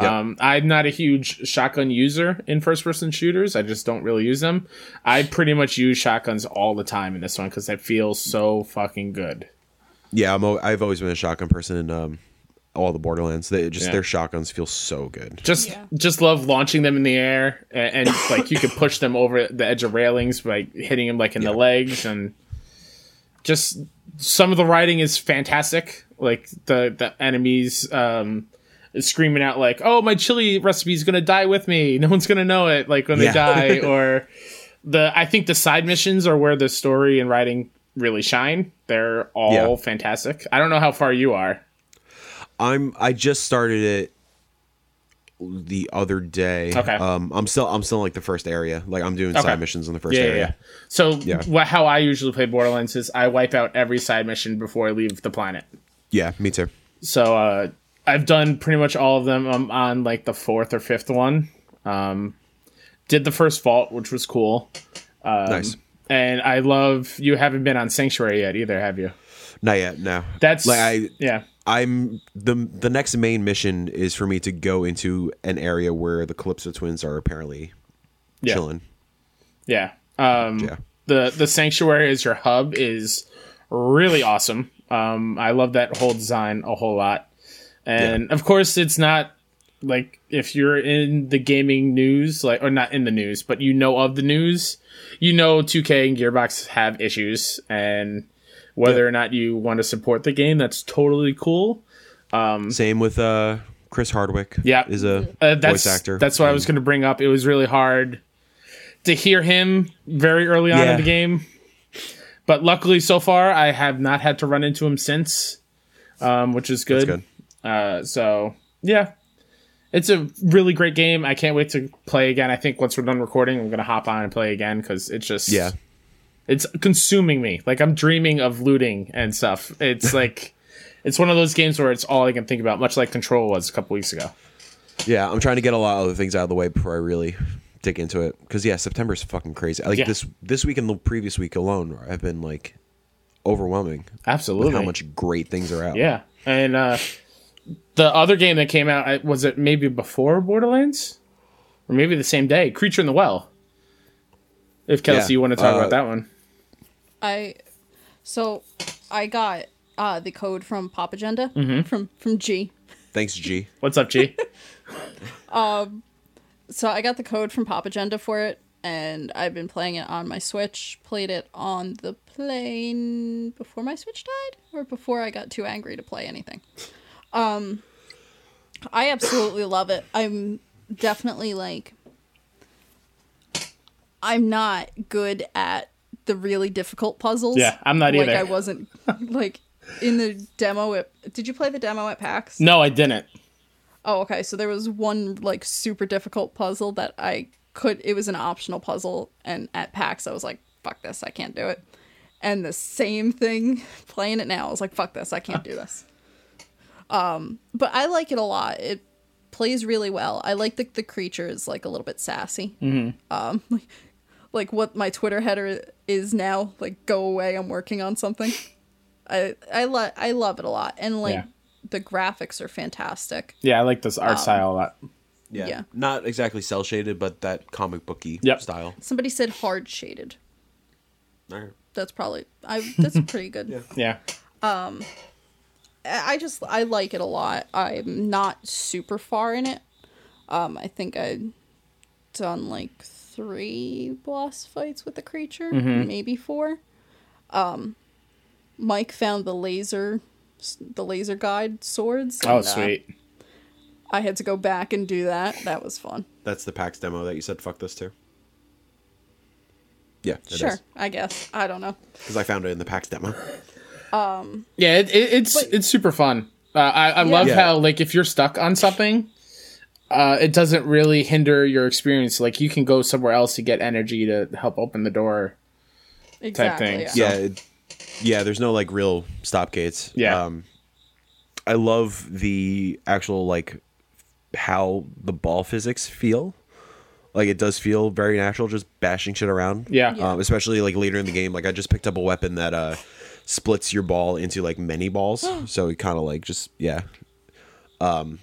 C: Yep.
A: Um, I'm not a huge shotgun user in first person shooters. I just don't really use them. I pretty much use shotguns all the time in this one because they feel so fucking good.
C: Yeah, I'm. al- I've always been a shotgun person in um, all the Borderlands. They just
A: Yeah.
C: their shotguns feel so good.
A: Just
B: Yeah.
A: just love launching them in the air a- and, like you can push them over the edge of railings by hitting them like in the legs and just some of the writing is fantastic. Like the the enemies um screaming out like, "Oh, my chili recipe's going to die with me. No one's going to know it." Like when
C: Yeah.
A: they die or the I think the side missions are where the story and writing really shine. They're all
C: Yeah.
A: fantastic. I don't know how far you are.
C: I'm. I just started it the other day.
A: Okay.
C: Um, I'm still. I'm still in, like the first area. Like I'm doing
A: Okay.
C: side missions in the first
A: yeah, yeah,
C: area.
A: yeah. So
C: Yeah.
A: wha- how I usually play Borderlands is I wipe out every side mission before I leave the planet.
C: Yeah, me too.
A: So uh, I've done pretty much all of them. I'm on like the fourth or fifth one. Um, did the first vault, which was cool, Um,
C: nice.
A: and I love you haven't been on Sanctuary yet either, have you?
C: Not yet. No.
A: That's
C: like I.
A: yeah.
C: I'm the the next main mission is for me to go into an area where the Calypso twins are apparently
A: Yeah.
C: chilling.
A: Yeah. Um,
C: Yeah.
A: the the sanctuary is your hub is really awesome. Um, I love that whole design a whole lot, and of course it's not like if you're in the gaming news, like or not in the news, but you know of the news, you know 2K and Gearbox have issues, and whether or not you want to support the game, that's totally cool.
C: Same with uh Chris Hardwick.
A: Yeah.
C: is a
A: Uh, that's
C: voice actor. Mm.
A: that's what I was going to bring up. It was really hard to hear him very early on
C: Yeah.
A: in the game, but luckily so far I have not had to run into him since, um, which is good.
C: That's good.
A: Uh, so yeah, it's a really great game. I can't wait to play again. I think once we're done recording, I'm going to hop on and play again because it's just
C: Yeah,
A: it's consuming me. Like I'm dreaming of looting and stuff. It's like. It's one of those games where it's all I can think about, much like Control was a couple weeks ago.
C: yeah. I'm trying to get a lot of other things out of the way before I really dig into it. Because yeah, September's fucking crazy. Like
A: Yeah.
C: this this week and the previous week alone, I've been like overwhelming
A: Absolutely,
C: with how much great things are out.
A: Yeah, and uh, the other game that came out I- was it maybe before Borderlands, or maybe the same day, Creature in the Well. If Kelsey,
C: Yeah,
A: you want to talk
C: uh,
A: about that one?
B: I so I got uh, the code from Pop Agenda from from G.
C: Thanks, G.
A: What's up, G?
B: So I got the code from Pop Agenda for it, and I've been playing it on my Switch. Played it on the plane before my Switch died, or before I got too angry to play anything. Um, I absolutely love it. I'm definitely like, I'm not good at the really difficult puzzles.
A: Yeah, I'm not
B: like
A: either.
B: I wasn't like in the demo. At, did you play the demo at PAX?
A: no, I didn't.
B: Oh, okay. So there was one like super difficult puzzle that I could. It was an optional puzzle, and at PAX I was like, "Fuck this, I can't do it." And the same thing playing it now, I was like, "Fuck this, I can't do this." Um, but I like it a lot. It plays really well. I like that the creature is like a little bit sassy. Um, like, like what my Twitter header is now, like "Go away, I'm working on something." I I lo- I love it a lot, and like
A: Yeah.
B: the graphics are fantastic.
A: Yeah, I like this
C: Um,
A: art style a lot.
C: Yeah,
B: Yeah.
C: not exactly cell shaded, but that comic booky
A: Yep.
C: style.
B: Somebody said hard shaded.
C: All right.
B: That's probably I. That's pretty good.
A: Yeah,
B: I I just I like it a lot. I'm not super far in it. Um, I think I done like three boss fights with the creature,
A: Mm-hmm.
B: maybe four. Um, Mike found the laser, the laser guide swords.
A: oh
B: and, uh,
A: sweet.
B: I had to go back and do that. That was fun.
C: That's the PAX demo that you said. Fuck this too. Yeah, it
B: sure, I guess I don't know.
C: Because I found it in the PAX demo.
A: Yeah, it, it, it's it's super fun. Uh, I, I love
C: Yeah.
A: how like if you're stuck on something, uh, it doesn't really hinder your experience. Like you can go somewhere else to get energy to help open the door.
B: Exactly.
A: thing.
B: yeah.
C: yeah it, Yeah, there's no like real stop gates.
A: Yeah.
C: I love the actual like how the ball physics feel. Like it does feel very natural, just bashing shit around.
A: Yeah.
B: Yeah.
C: Um, especially like later in the game, like I just picked up a weapon that uh splits your ball into like many balls, so it kind of like just yeah. Um,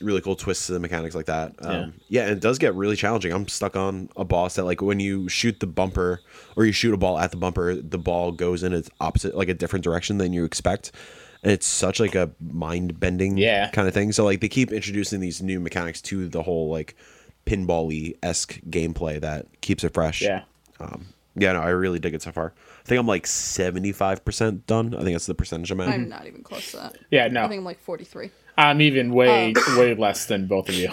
C: really cool twists to the mechanics like that. Um, yeah, and it does get really challenging. I'm stuck on a boss that like when you shoot the bumper or you shoot a ball at the bumper, the ball goes in its opposite, like a different direction than you expect. And it's such like a mind bending
A: Yeah.
C: kind of thing. So like they keep introducing these new mechanics to the whole like pinball-y esque gameplay that keeps it fresh.
A: Yeah.
C: Um, yeah, no, I really dig it so far. I think I'm like 75% done. I think that's the percentage I'm at.
B: I'm not even close to that.
A: Mm-hmm. Yeah,
B: I
A: no.
B: think I'm like 43.
A: I'm even way
C: Um,
A: way less than both of you.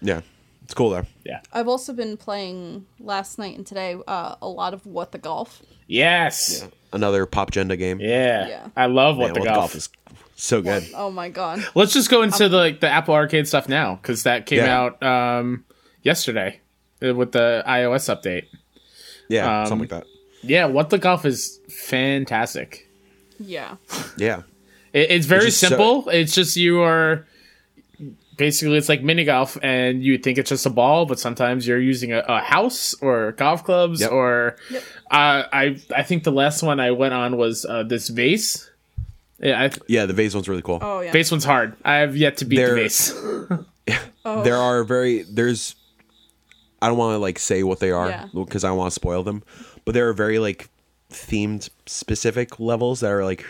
C: yeah. It's cool though.
A: Yeah.
B: I've also been playing last night and today uh, a lot of What the Golf.
A: Yes.
C: Another Pop Genda game.
A: Yeah.
B: Yeah.
A: I love what
C: Man,
A: the
C: what
A: golf.
C: is so good.
B: Oh my god.
A: Let's just
B: Um,
A: go into the like the Apple Arcade stuff now because that came
C: Yeah.
A: out um, yesterday uh, with the iOS update.
C: Yeah,
A: Um,
C: something like that.
A: Yeah, what the golf is fantastic.
B: Yeah.
C: Yeah.
A: It, it's very
C: just so-
A: simple. it's just you are basically it's like mini golf, and you think it's just a ball, but sometimes you're using a, a house or golf clubs
C: Yep.
A: or uh, I I think the last one I went on was uh, this vase. Yeah, I,
C: Yeah, the vase one's really cool.
B: Oh yeah.
A: vase one's hard. I have yet to beat the
C: There-
A: vase.
B: oh.
C: There are very there's I don't want to like say what they
B: Yeah.
C: are because I want to spoil them, but there are very like themed specific levels that are like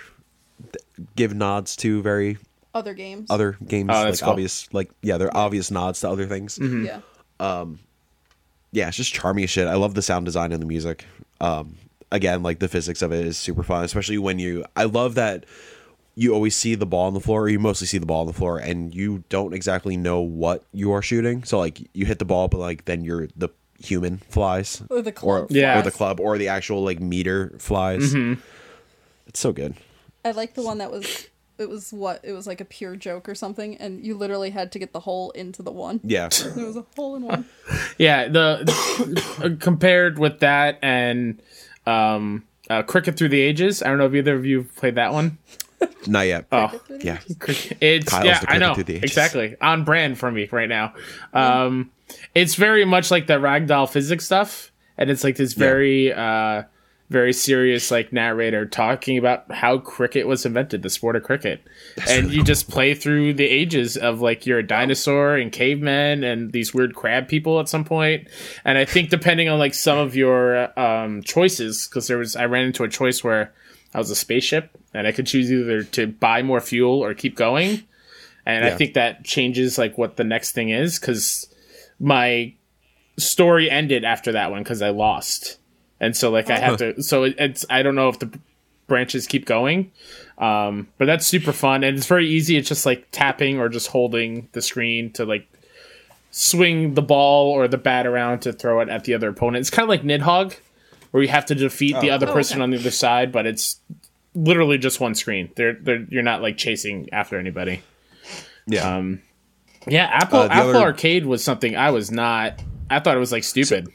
C: th- give nods to very
B: other games.
C: other games
A: Oh, that's cool.
C: like
A: Mm-hmm.
C: obvious like yeah, they're obvious nods to other things.
B: yeah.
C: yeah, it's just charming as shit. I love the sound design and the music. Um, again, like the physics of it is super fun, especially when you. I love that you always see the ball on the floor, or you mostly see the ball on the floor, and you don't exactly know what you are shooting. So like you hit the ball, but like then you're the human flies,
B: Or the club.
A: Yeah. Mm-hmm.
C: or the club, or the actual like meter flies. It's so good.
B: I like the one that was it was what it was like a pure joke or something and you literally had to get the hole into the one.
C: Yeah,
B: There was a hole in one.
A: Yeah, the uh, compared with that and um, uh, Cricket Through the Ages. I don't know if either of you have played that one.
C: not yet.
A: Oh,
C: yeah.
A: it's
C: Kyle's
A: yeah,
C: the
A: I
C: Cricket
A: know
C: Through the Ages.
A: exactly on brand for me right now. Um, it's very much like the ragdoll physics stuff, and it's like this very, uh, very serious like narrator talking about how cricket was invented, the sport of cricket, and you just play through the ages of like you're a dinosaur and cavemen and these weird crab people at some point, and I think depending on like some of your um, choices, because there was I ran into a choice where. I was a spaceship, and I could choose either to buy more fuel or keep going. And I
C: Yeah.
A: think that changes like what the next thing is because my story ended after that one because I lost, and so like I have to. So it, it's I don't know if the branches keep going, um, but that's super fun and it's very easy. It's just like tapping or just holding the screen to like swing the ball or the bat around to throw it at the other opponent. It's kind of like Nidhogg, where you have to defeat the other
B: Oh,
A: person
B: okay.
A: on the other side, but it's literally just one screen. They're, they're you're not like chasing after anybody.
C: Yeah,
A: Yeah, Apple
C: Uh, the
A: Apple
C: other-
A: Arcade was something I was not. I thought it was like stupid.
C: Uh,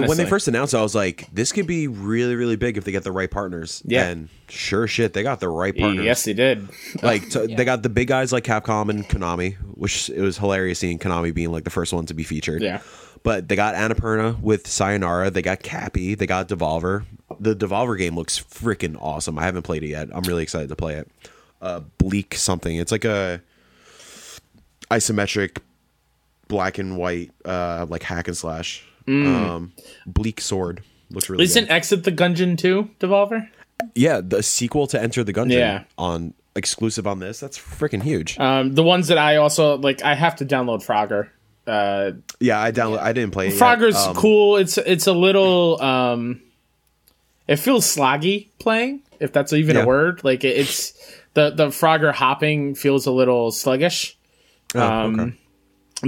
C: when
A: honestly.
C: they first announced, it, I was like, "This could be really, really big if they get the right partners."
A: Yeah.
C: and sure shit, they got the right partners.
A: Yes, they did.
C: like so they got the big guys like Capcom and Konami, which it was hilarious seeing Konami being like the first one to be featured.
A: Yeah.
C: But they got Annapurna with Sayonara, they got Cappy, they got Devolver. The Devolver game looks freaking awesome. I haven't played it yet. I'm really excited to play it. Uh Bleak something. It's like a isometric black and white uh like hack and slash.
A: Mm.
C: Um Bleak Sword looks really good.
A: Isn't Exit the Gungeon too, Devolver?
C: yeah, the sequel to Enter the Gungeon
A: Yeah.
C: on exclusive on this. That's freaking huge.
A: Um, the ones that I also like, I have to download Frogger. Uh,
C: Yeah, I download. I didn't play it. yet.
A: Frogger's
C: Um,
A: cool. It's it's a little um it feels sloggy playing, if that's even
C: Yeah.
A: a word. Like it, it's the the Frogger hopping feels a little sluggish.
C: oh,
A: um,
C: okay.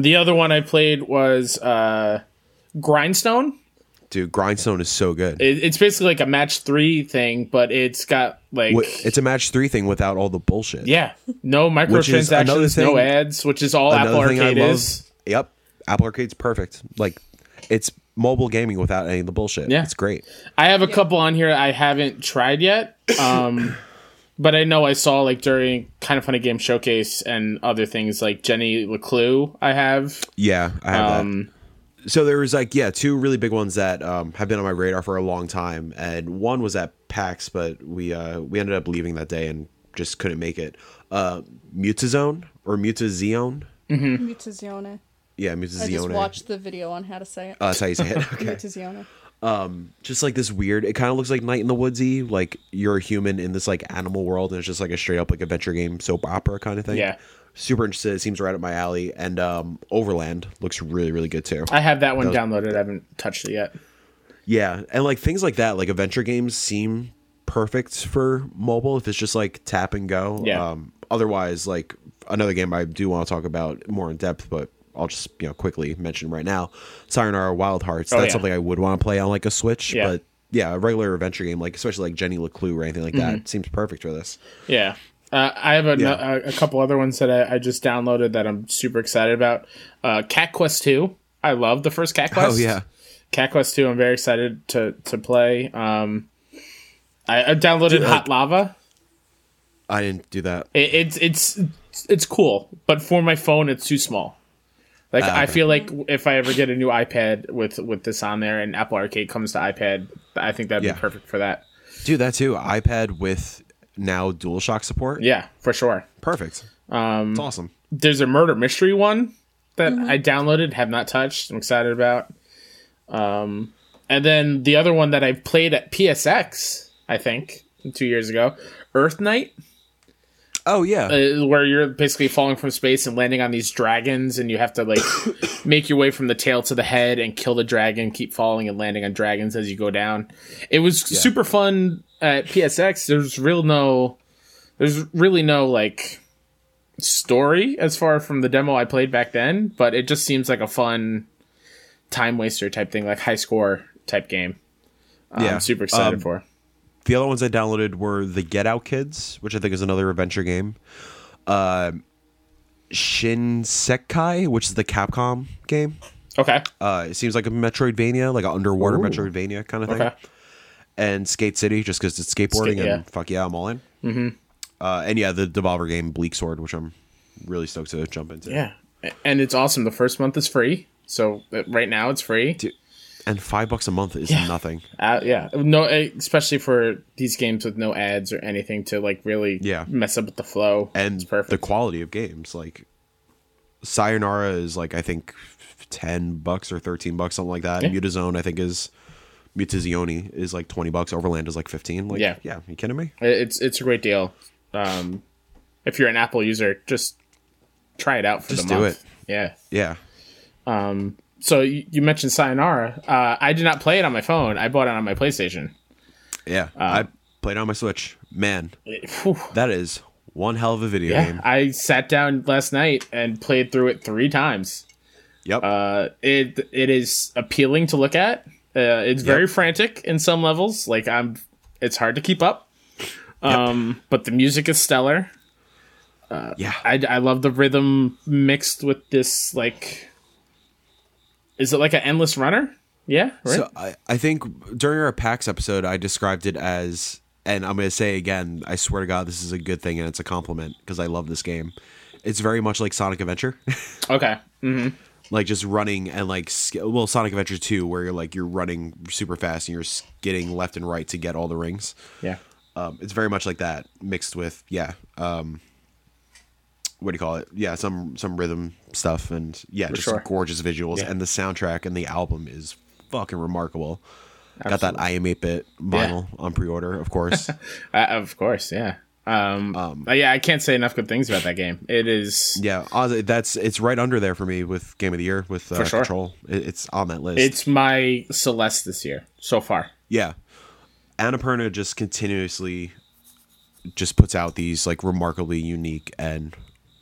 A: The other one I played was uh Grindstone.
C: Dude, Grindstone is so good.
A: It, it's basically like a match 3 thing, but it's got like
C: Wh- it's a match three thing without all the bullshit.
A: yeah, no
C: is another
A: microtransactions, no
C: thing-
A: ads, which is all Apple
C: Another thing I
A: Arcade
C: love.
A: is.
C: Yep. Apple Arcade's perfect. Like, it's mobile gaming without any of the bullshit.
A: Yeah.
C: It's great.
A: I have a couple on here I haven't tried yet. Um, but I know I saw like during kind of funny game showcase and other things like Jenny LeClue. I have.
C: Yeah, I have
A: Um,
C: that. So there was like yeah, two really big ones that um, have been on my radar for a long time, and one was at PAX, but we uh, we ended up leaving that day and just couldn't make it. Uh, Mutazone or Mutazione?
B: Mutazione.
C: Yeah,
B: I just
C: Mutazione.
B: watched the video on how to say it.
C: Uh, that's how you say it. Okay.
B: Mutazione.
C: Just like this weird. It kind of looks like Night in the Woodsy. Like you're a human in this like animal world, and it's just like a straight up like adventure game, soap opera kind of thing.
A: Yeah.
C: Super interested. It seems right up my alley. And um, Overland looks really really good too.
A: I have that one downloaded. I haven't touched it yet.
C: Yeah, and like things like that, like adventure games seem perfect for mobile if it's just like tap and go.
A: Yeah.
C: Um, otherwise, like another game I do want to talk about more in depth, but I'll just you know quickly mention right now, Sayonara Wild Hearts.
A: Oh,
C: That's
A: yeah.
C: something I would want to play on like a Switch,
A: Yeah.
C: but yeah, a regular adventure game, like especially like Jenny LeClue or anything like
A: Mm-hmm.
C: that, seems perfect for this.
A: Yeah. Uh, I have a,
C: Yeah.
A: a, a couple other ones that I, I just downloaded that I'm super excited about. Uh, Cat Quest 2. I love the first Cat Quest.
C: Oh yeah,
A: Cat Quest 2. I'm very excited to, to play. Um, I, I downloaded Hot Lava.
C: I didn't do that.
A: It, it's it's it's cool, but for my phone, it's too small. Like
C: Ah,
A: I
C: okay.
A: feel like if I ever get a new iPad with with this on there and Apple Arcade comes to iPad, I think that'd
C: Yeah.
A: be perfect for that.
C: Do that too. iPad with now DualShock support.
A: Yeah, for sure.
C: Perfect. Um, it's awesome.
A: There's a murder mystery one that I downloaded, have not touched. I'm excited about. Um, and then the other one that I played at PSX, I think two years ago, Earth Knight.
C: Oh yeah.
A: uh, where you're basically falling from space and landing on these dragons and you have to like make your way from the tail to the head and kill the dragon keep falling and landing on dragons as you go down it was super fun at psx there's real no there's really no like story as far from the demo i played back then but it just seems like a fun time waster type thing like high score type game i'm super excited
C: Um,
A: for
C: The other ones I downloaded were the Get Out Kids, which I think is another adventure game. Uh, Shinsekai, which is the Capcom game.
A: okay
C: Uh, it seems like a Metroidvania, like an underwater
A: Ooh.
C: Metroidvania kind of thing.
A: okay
C: And Skate City, just because it's skateboarding,
A: Skate- yeah.
C: and fuck yeah, I'm all in. Mm-hmm. Uh, and yeah, the Devolver game Bleak Sword, which I'm really stoked to jump into.
A: yeah and it's awesome the first month is free so uh, right now it's free
C: And five bucks a month is nothing.
A: Uh, yeah, no, especially for these games with no ads or anything to like really
C: Yeah.
A: mess up with the flow.
C: and
A: it's perfect.
C: the quality of games. Like Sayonara is like I think ten bucks or thirteen bucks, something like that.
A: Yeah.
C: Mutazone I think is Mutazione is like twenty bucks. Overland is like fifteen. Like
A: Yeah.
C: yeah, you kidding me?
A: It- it's it's a great deal. Um, if you're an Apple user, just try it out for
C: Just
A: the
C: do
A: month.
C: it.
A: Yeah.
C: Yeah.
A: So you, you mentioned Sayonara. Uh, I did not play it on my phone. I bought it on my PlayStation.
C: Yeah.
A: Uh,
C: I played on my Switch. Man,
A: Whew.
C: that is one hell of a video game.
A: I sat down last night and played through it three times.
C: Yep.
A: Uh, it it is appealing to look at. Uh, it's very frantic in some levels. Like I'm, it's hard to keep up. Um, but the music is stellar.
C: yeah.
A: I, I love the rhythm mixed with this like, is it like an endless runner? Yeah, right.
C: So I, I think during our PAX episode, I described it as, and I'm going to say again, I swear to God, this is a good thing and it's a compliment because I love this game. It's very much like Sonic Adventure.
A: okay,
C: like just running and like sk- well Sonic Adventure 2 where you're like you're running super fast and you're skidding left and right to get all the rings.
A: yeah.
C: Um, it's very much like that mixed with yeah, um what do you call it? Yeah, some some rhythm stuff and yeah, just
A: sure.
C: gorgeous visuals and the soundtrack and the album is fucking remarkable. Got that I am 8 bit vinyl on pre order, of course.
A: Uh, of course, yeah. Um, uh, yeah, I can't say enough good things about that game. It is,
C: yeah, honestly, that's it's right under there for me with Game of the Year with uh,
A: sure.
C: Control. It, it's on that list.
A: it's my Celeste this year so far.
C: Yeah. Annapurna just continuously just puts out these like remarkably unique and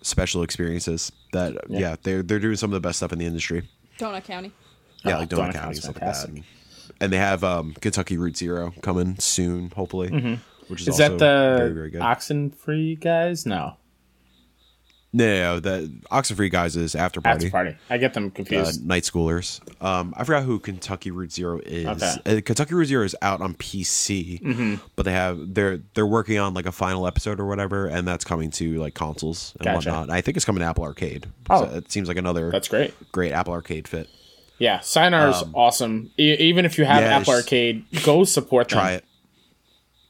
C: special experiences that yeah, they're they're doing some of the best stuff in the industry.
B: Dona County.
C: Yeah,
A: Oh,
C: like Donut
A: Donut
C: County
A: County's
C: and stuff like that.
A: fantastic.
C: And, and they have um Kentucky Route Zero coming soon, hopefully. Which is,
A: Mm-hmm. Is
C: also
A: that the
C: very, very good.
A: Oxen Free guys? No.
C: No, no, no, the Oxenfree guys is after party.
A: After party. I get them
C: Uh,
A: confused.
C: night schoolers. Um, I forgot who Kentucky Route Zero is.
A: Okay.
C: Uh, Kentucky Route Zero is out on PC,
A: Mm-hmm.
C: but they have they're they're working on like a final episode or whatever, and that's coming to like consoles and
A: Gotcha.
C: whatnot. I think it's coming to Apple Arcade.
A: Oh.
C: So it seems like another
A: That's great.
C: great Apple Arcade fit.
A: Yeah, Sinar is awesome. E- even if you have
C: Um, yeah,
A: Apple
C: it's-
A: Arcade, go support them.
C: Try it.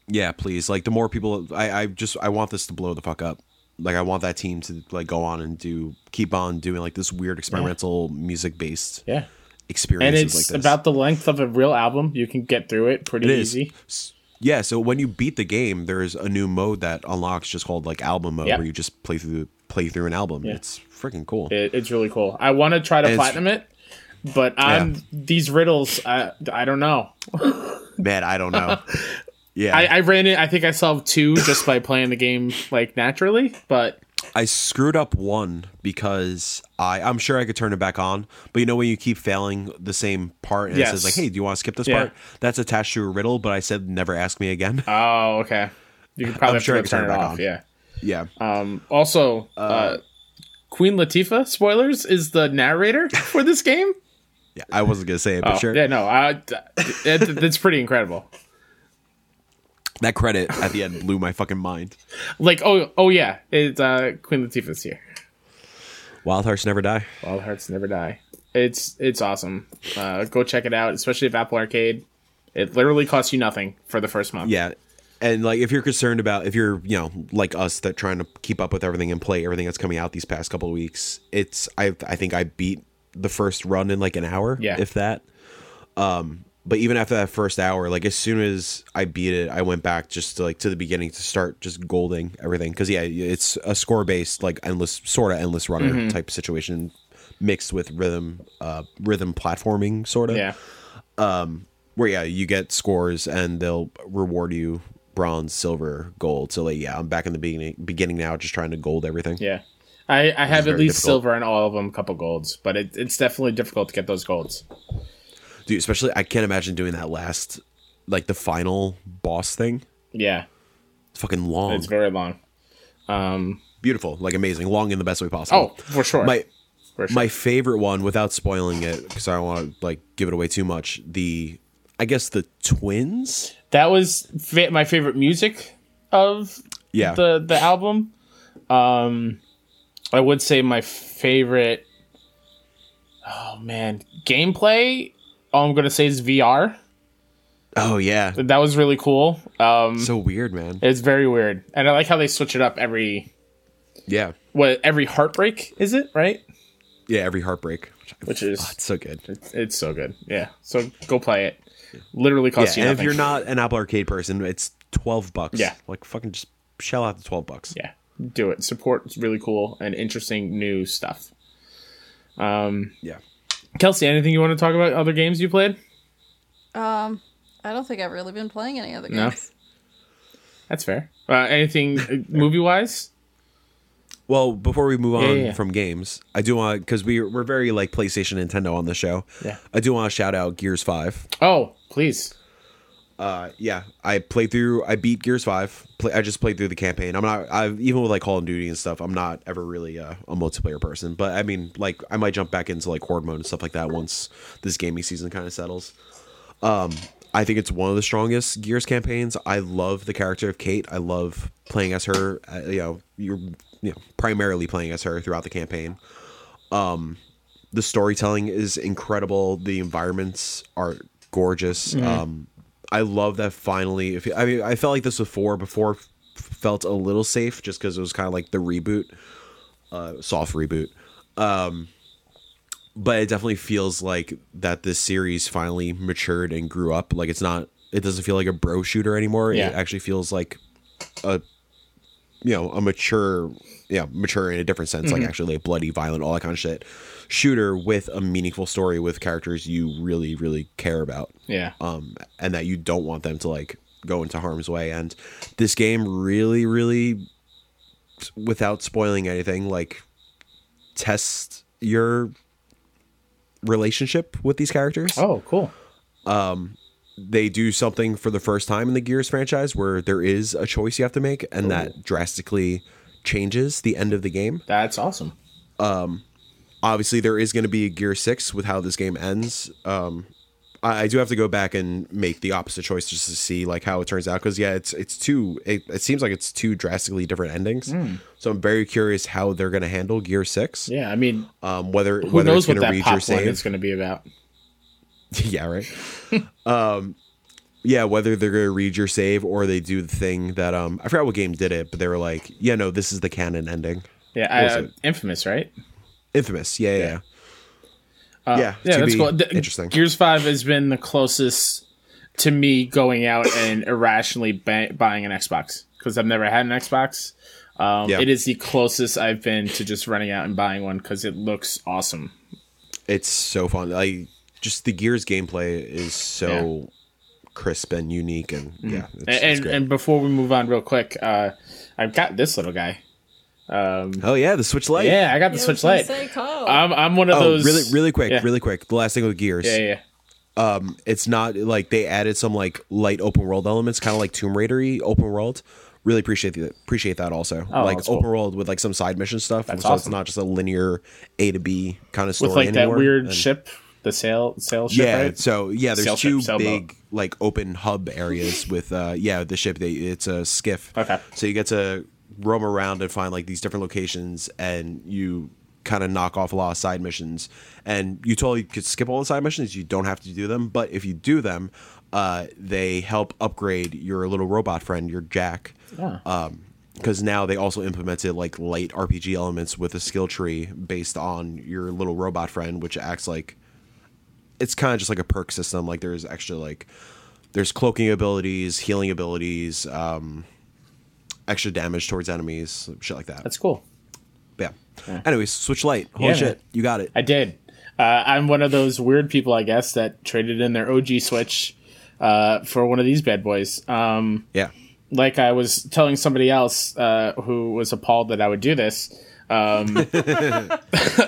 C: Yeah, please. Like the more people, I, I just I want this to blow the fuck up. Like I want that team to like go on and do keep on doing like this weird experimental music based
A: Yeah. And
C: experiences
A: it's
C: like this.
A: about the length of a real album. You can get through it pretty
C: It is.
A: easy.
C: S- Yeah, so when you beat the game, there's a new mode that unlocks just called like album mode
A: Yeah.
C: where you just play through play through an album. It's freaking cool.
A: It, it's really cool. I want to try to
C: it's-
A: platinum it, but I'm these riddles. I I don't know.
C: Man, I don't know. yeah.
A: I,
C: I,
A: I ran it. I think I solved two just by playing the game like naturally. But
C: screwed up one because I I'm sure I could turn it back on, but you know when you keep failing the same part and
A: Yes.
C: it says like, "Hey, do you want to skip this
A: Yeah.
C: part?" That's attached to a riddle, but I said never ask me again.
A: oh, okay. You could probably have
C: sure
A: to
C: I
A: go
C: can
A: turn
C: turn
A: it
C: it back
A: off.
C: on.
A: Yeah.
C: yeah.
A: Um. Also, uh, Queen Latifah spoilers is the narrator for this game.
C: yeah. I wasn't going to say it, but
A: Oh,
C: sure.
A: Yeah. No. I. It, it's pretty incredible.
C: That credit at the end blew my fucking mind.
A: Like oh oh yeah, it's uh, Queen Latifah's here.
C: Wild hearts never die.
A: Wild Hearts Never Die. It's it's awesome. Uh, go check it out, especially if Apple Arcade. It literally costs you nothing for the first month.
C: Yeah. And like if you're concerned about if you're, you know, like us that trying to keep up with everything and play everything that's coming out these past couple of weeks, it's I I think I beat the first run in like an hour,
A: Yeah.
C: if that. Um but even after that first hour, like as soon as I beat it, I went back just to like to the beginning to start just golding everything cuz yeah, it's a score based like endless sort of endless runner
A: Mm-hmm.
C: type situation mixed with rhythm uh rhythm platforming sort of
A: Yeah.
C: where yeah, you get scores and they'll reward you bronze, silver, gold. So like yeah, I'm back in the beginning beginning now, just trying to gold everything.
A: Yeah. I, I have at
C: very
A: least
C: difficult.
A: silver in all of them, couple golds, but it, it's definitely difficult to get those golds.
C: Dude, especially I can't imagine doing that last like the final boss thing.
A: Yeah,
C: It's fucking long.
A: it's very long. Um,
C: Beautiful, like amazing, long in the best way
A: oh,
C: possible.
A: for sure.
C: my
A: for sure.
C: my favorite one without spoiling it because I don't want to like give it away too much. The I guess the twins.
A: that was fa- my favorite music of
C: Yeah.
A: the the album. Um, I would say my favorite. Oh man, gameplay. All I'm gonna say is VR.
C: oh yeah,
A: That was really cool. Um,
C: so weird, man.
A: it's very weird, and I like how they switch it up every
C: Yeah,
A: what every heartbreak is it right?
C: yeah. Every heartbreak,
A: Which is
C: it's so good.
A: it's so good. Yeah, so go play it. Literally costs
C: Yeah,
A: you
C: and
A: nothing.
C: if you're not an Apple Arcade person, it's twelve bucks.
A: Yeah.
C: like fucking just shell out the twelve bucks.
A: yeah, do it. Support is really cool and interesting new stuff.
C: Yeah,
A: Kelsey, anything you want to talk about? Other games you played?
B: I don't think I've really been playing any other
A: No.
B: games.
A: That's fair. Uh, anything movie wise?
C: Well, before we move on
A: yeah, yeah.
C: from games, I do want because we we're very like PlayStation, Nintendo on the show.
A: Yeah.
C: I do want to shout out Gears Five.
A: Oh, please.
C: Uh, yeah, I played through. I beat Gears Five. Play, I just played through the campaign. I'm not. I even with like Call of Duty and stuff. I'm not ever really uh, a multiplayer person. But I mean, like I might jump back into like horde mode and stuff like that once this gaming season kind of settles. Um, I think it's one of the strongest Gears campaigns. I love the character of Kate. I love playing as her. Uh, you know, you're you know primarily playing as her throughout the campaign. Um, the storytelling is incredible. The environments are gorgeous. Um, I love that finally. If I mean, I felt like this before. Before f- felt a little safe just because it was kind of like the reboot, uh, soft reboot Um, but it definitely feels like that this series finally matured and grew up. Like it's not, it doesn't feel like a bro shooter anymore.
A: Yeah.
C: It actually feels like a, you know, a mature, yeah, mature in a different sense. Like actually a bloody, violent, all that kind of shit shooter with a meaningful story with characters you really, really care about
A: Yeah.
C: um, and that you don't want them to like go into harm's way. And this game really, really, without spoiling anything, like tests your relationship with these characters.
A: Oh, cool.
C: They do something for the first time in the Gears franchise where there is a choice you have to make, and that drastically changes the end of the game.
A: That's awesome.
C: Obviously, there is going to be a Gear Six with how this game ends. Um, I, I do have to go back and make the opposite choice just to see like how it turns out because yeah, it's it's two. It, it seems like it's two drastically different endings. So I'm very curious how they're going to handle Gear Six.
A: Hmm. Yeah, I mean,
C: Um, whether
A: who
C: whether
A: knows
C: it's
A: what
C: going to
A: that
C: reach
A: pop
C: your
A: one
C: save.
A: is going to be about?
C: yeah, right. um, yeah, whether they're gonna read your save or they do the thing that um, I forgot what game did it, but they were like, yeah, no, this is the canon ending.
A: Yeah,
C: What was
A: I, uh,
C: it?
A: infamous, right?
C: Infamous. Yeah, yeah, yeah. yeah,
A: Uh, Yeah,
C: to
A: that's
C: be
A: cool. The-
C: Interesting.
A: Gears Five has been the closest to me going out and irrationally ba- buying an Xbox because I've never had an Xbox. Um,
C: Yeah.
A: It is the closest I've been to just running out and buying one because it looks awesome.
C: it's so fun. I just the Gears gameplay is so crisp and unique, and yeah, it's,
A: Mm-hmm. And
C: it's
A: and,
C: great.
A: and before we move on, real quick, uh, I've got this little guy.
C: oh yeah, the Switch Lite.
A: Yeah, I got the Switch Lite. I'm I'm one of
C: Oh,
A: those
C: really, really quick,
A: yeah.
C: really quick. The last thing with Gears,
A: Yeah, yeah.
C: it's not like they added some like light open world elements, kind of like Tomb Raidery open world. Really appreciate that. Appreciate that also. like
A: Oh, that's
C: open
A: cool.
C: world with like some side mission stuff, so it's
A: awesome.
C: not just a linear A to B kind of story
A: With like that
C: anymore.
A: weird
C: And-
A: ship, the sail sail ship,
C: Yeah. uh,
A: right?
C: So yeah, there's
A: Sail ship,
C: two
A: sailboat.
C: big like open hub areas with uh yeah the ship. They it's a skiff.
A: Okay.
C: So you get to roam around and find like these different locations, and you kind of knock off a lot of side missions. And you totally could skip all the side missions. You don't have to do them, but if you do them, uh, they help upgrade your little robot friend, your Jack.
A: Yeah.
C: because now they also implemented like light RPG elements with a skill tree based on your little robot friend, which acts like it's kind of just like a perk system. Like there's extra like there's cloaking abilities, healing abilities, um, extra damage towards enemies, shit like that.
A: That's cool.
C: yeah. Anyways, switch light. Holy
A: Yeah,
C: shit,
A: man.
C: you got it.
A: I did. Uh, I'm one of those weird people, I guess, that traded in their OG Switch uh, for one of these bad boys. Um,
C: yeah.
A: like I was telling somebody else uh, who was appalled that I would do this. Um,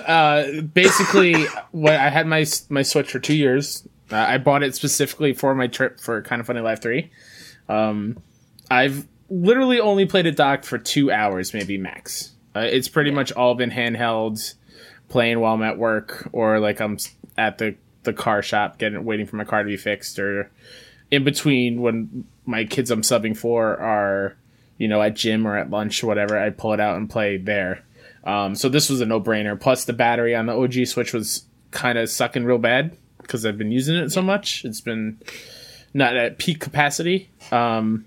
A: uh, basically, when I had my my Switch for two years, uh, I bought it specifically for my trip for Kind of Funny Life Three. Um, I've literally only played it docked for two hours, maybe max. Uh, it's pretty much all been handheld, playing while I'm at work or like I'm s- at the the car shop getting waiting for my car to be fixed or in between when my kids I'm subbing for are, you know, at gym or at lunch or whatever, I pull it out and play there. Um, so this was a no brainer. Plus, the battery on the OG Switch was kind of sucking real bad because I've been using it so much. It's been not at peak capacity. Um,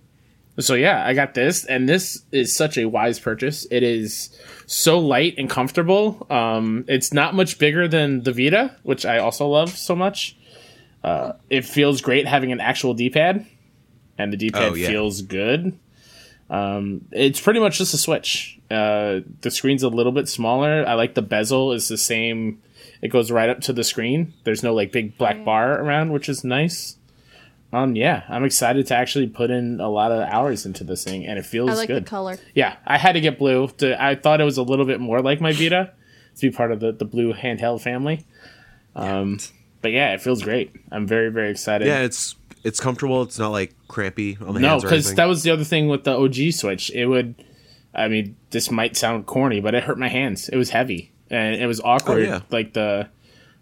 A: so yeah, I got this, and this is such a wise purchase. It is so light and comfortable. Um, it's not much bigger than the Vita, which I also love so much Uh, it feels great having an actual D-pad, and the D-pad
C: Oh, yeah.
A: feels good. Um, it's pretty much just a Switch. Uh, the screen's a little bit smaller. I like the bezel is the same. It goes right up to the screen. There's no like big black bar around, which is nice. Um, yeah, I'm excited to actually put in a lot of hours into this thing, and it feels
B: I like
A: good.
B: the color.
A: Yeah, I had to get blue. To, I thought it was a little bit more like my Vita to be part of the, the blue handheld family. Um, But yeah, it feels great. I'm very, very excited.
C: Yeah, it's it's comfortable. It's not like crampy on the
A: no,
C: hands or
A: because
C: anything.
A: that was the other thing with the OG Switch. It would, I mean, this might sound corny, but it hurt my hands. It was heavy and it was awkward.
C: Oh, yeah.
A: Like the,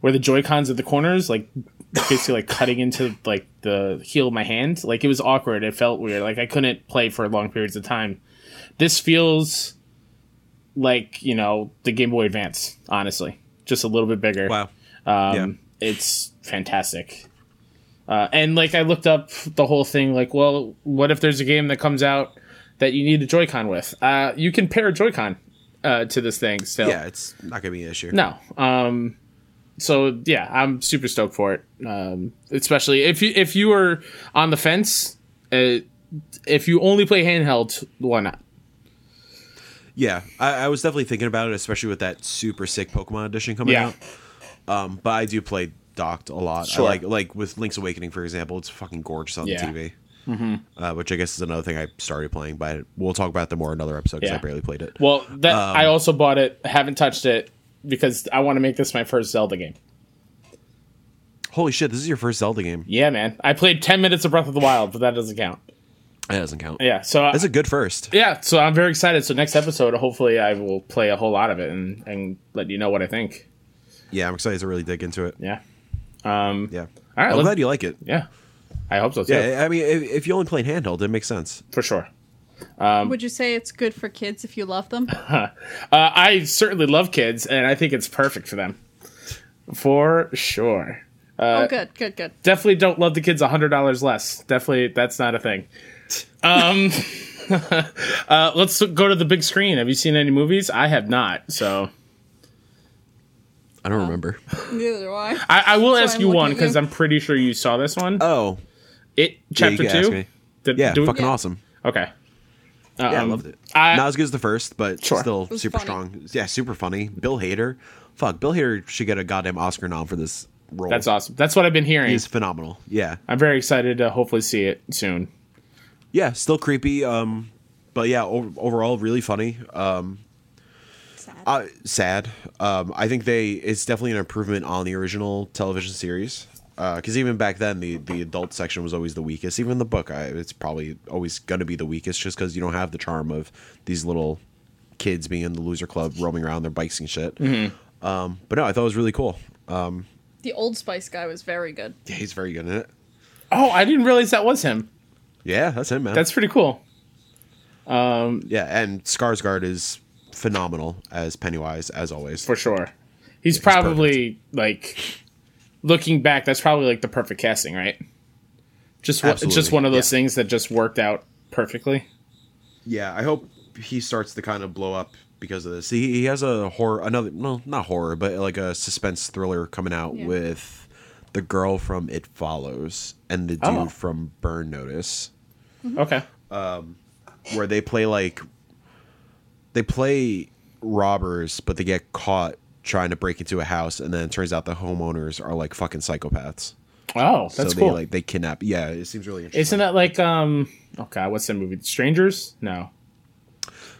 A: where the Joy Cons at the corners, like basically like cutting into like the heel of my hand. Like it was awkward. It felt weird. Like I couldn't play for long periods of time. This feels like, you know, the Game Boy Advance, honestly. Just a little bit bigger.
C: wow.
A: Um, It's fantastic. Uh, and like I looked up the whole thing, like, well, what if there's a game that comes out that you need a Joy-Con with? Uh, you can pair a Joy-Con uh, to this thing still.
C: yeah. Yeah, it's not gonna be an issue.
A: No. Um, so yeah, I'm super stoked for it. Um, especially if you if you are on the fence, uh, if you only play handheld, why not?
C: Yeah, I, I was definitely thinking about it, especially with that super sick Pokemon edition coming
A: Yeah.
C: out. Um, but I do play docked a lot.
A: Sure.
C: I like like with Link's Awakening, for example, it's fucking gorgeous on
A: Yeah. Mm-hmm.
C: the TV. Uh, which I guess is another thing I started playing, but we'll talk about that more in another episode because
A: Yeah.
C: I barely played it.
A: Well, that I also bought it. Haven't touched it because I want to make this my first Zelda game.
C: Holy shit, this is your first Zelda game.
A: Yeah, man. I played 10 minutes of Breath of the Wild, but that doesn't count.
C: That doesn't count.
A: Yeah. So I-
C: That's a good first.
A: yeah, so I'm very excited. So next episode, hopefully, I will play a whole lot of it and and let you know what I think.
C: Yeah, I'm excited to really dig into it.
A: Yeah. Um.
C: Yeah.
A: All right,
C: I'm
A: let's-
C: glad you like it.
A: Yeah. I hope so too.
C: Yeah, I mean, if, if you only playing handheld, it makes sense.
A: For sure.
B: Would you say it's good for kids if you love them?
A: Um, Uh, I certainly love kids, and I think it's perfect for them. For sure.
B: oh, good, good, good.
A: Definitely don't love the kids hundred dollars less. Definitely, that's not a thing. Um. uh, let's go to the big screen. Have you seen any movies? I have not. So
C: I don't remember.
B: Neither do I.
A: I, I will
B: So
A: ask
B: I'm
A: you
B: looking
A: one
B: at
A: because
B: you.
A: I'm pretty sure you saw this one.
C: Oh,
A: it
C: yeah, you
A: chapter
C: can ask
A: two.
C: me.
A: Did-
C: Yeah,
A: do we-
C: fucking awesome.
A: Okay. Um,
C: Yeah, I loved it.
A: I-
C: Not as good as the first, but
A: Sure.
C: still
B: was
C: super
B: funny.
C: strong. Yeah, super funny. Bill Hader, fuck, Bill Hader should get a goddamn Oscar nom for this role.
A: That's awesome. That's what I've been hearing.
C: He's phenomenal. Yeah,
A: I'm very excited to hopefully see it soon.
C: yeah, still creepy. Um, but yeah, o- overall really funny. Um, uh, sad. Um, I think they it's definitely an improvement on the original television series. Because even back then, the the adult section was always the weakest. Even the book, I, it's probably always going to be the weakest, just because you don't have the charm of these little kids being in the loser club, roaming around their bikes and shit. Um, but no, I thought it was really cool. Um,
B: The Old Spice guy was very good.
C: yeah, he's very good in it.
A: Oh, I didn't realize that was him.
C: Yeah, that's him, man.
A: That's pretty cool.
C: yeah, and Skarsgård is phenomenal as Pennywise, as always.
A: for sure. He's probably like looking back. That's probably like the perfect casting, right? Just one- it's just
C: Absolutely,
A: one of those
C: yeah.
A: things that just worked out perfectly.
C: Yeah, I hope he starts to kind of blow up because of this. He, he has a horror, another no, not horror, but like a suspense thriller coming out
B: Yeah.
C: with the girl from It Follows and the dude
A: Oh.
C: from Burn Notice, Mm-hmm.
A: Okay.
C: where they play like they play robbers, but they get caught trying to break into a house, and then it turns out the homeowners are like fucking psychopaths.
A: Oh, that's
C: so
A: cool.
C: they like they kidnap. Yeah, it seems really interesting.
A: Isn't that like um? Oh god, what's that movie? Strangers? No,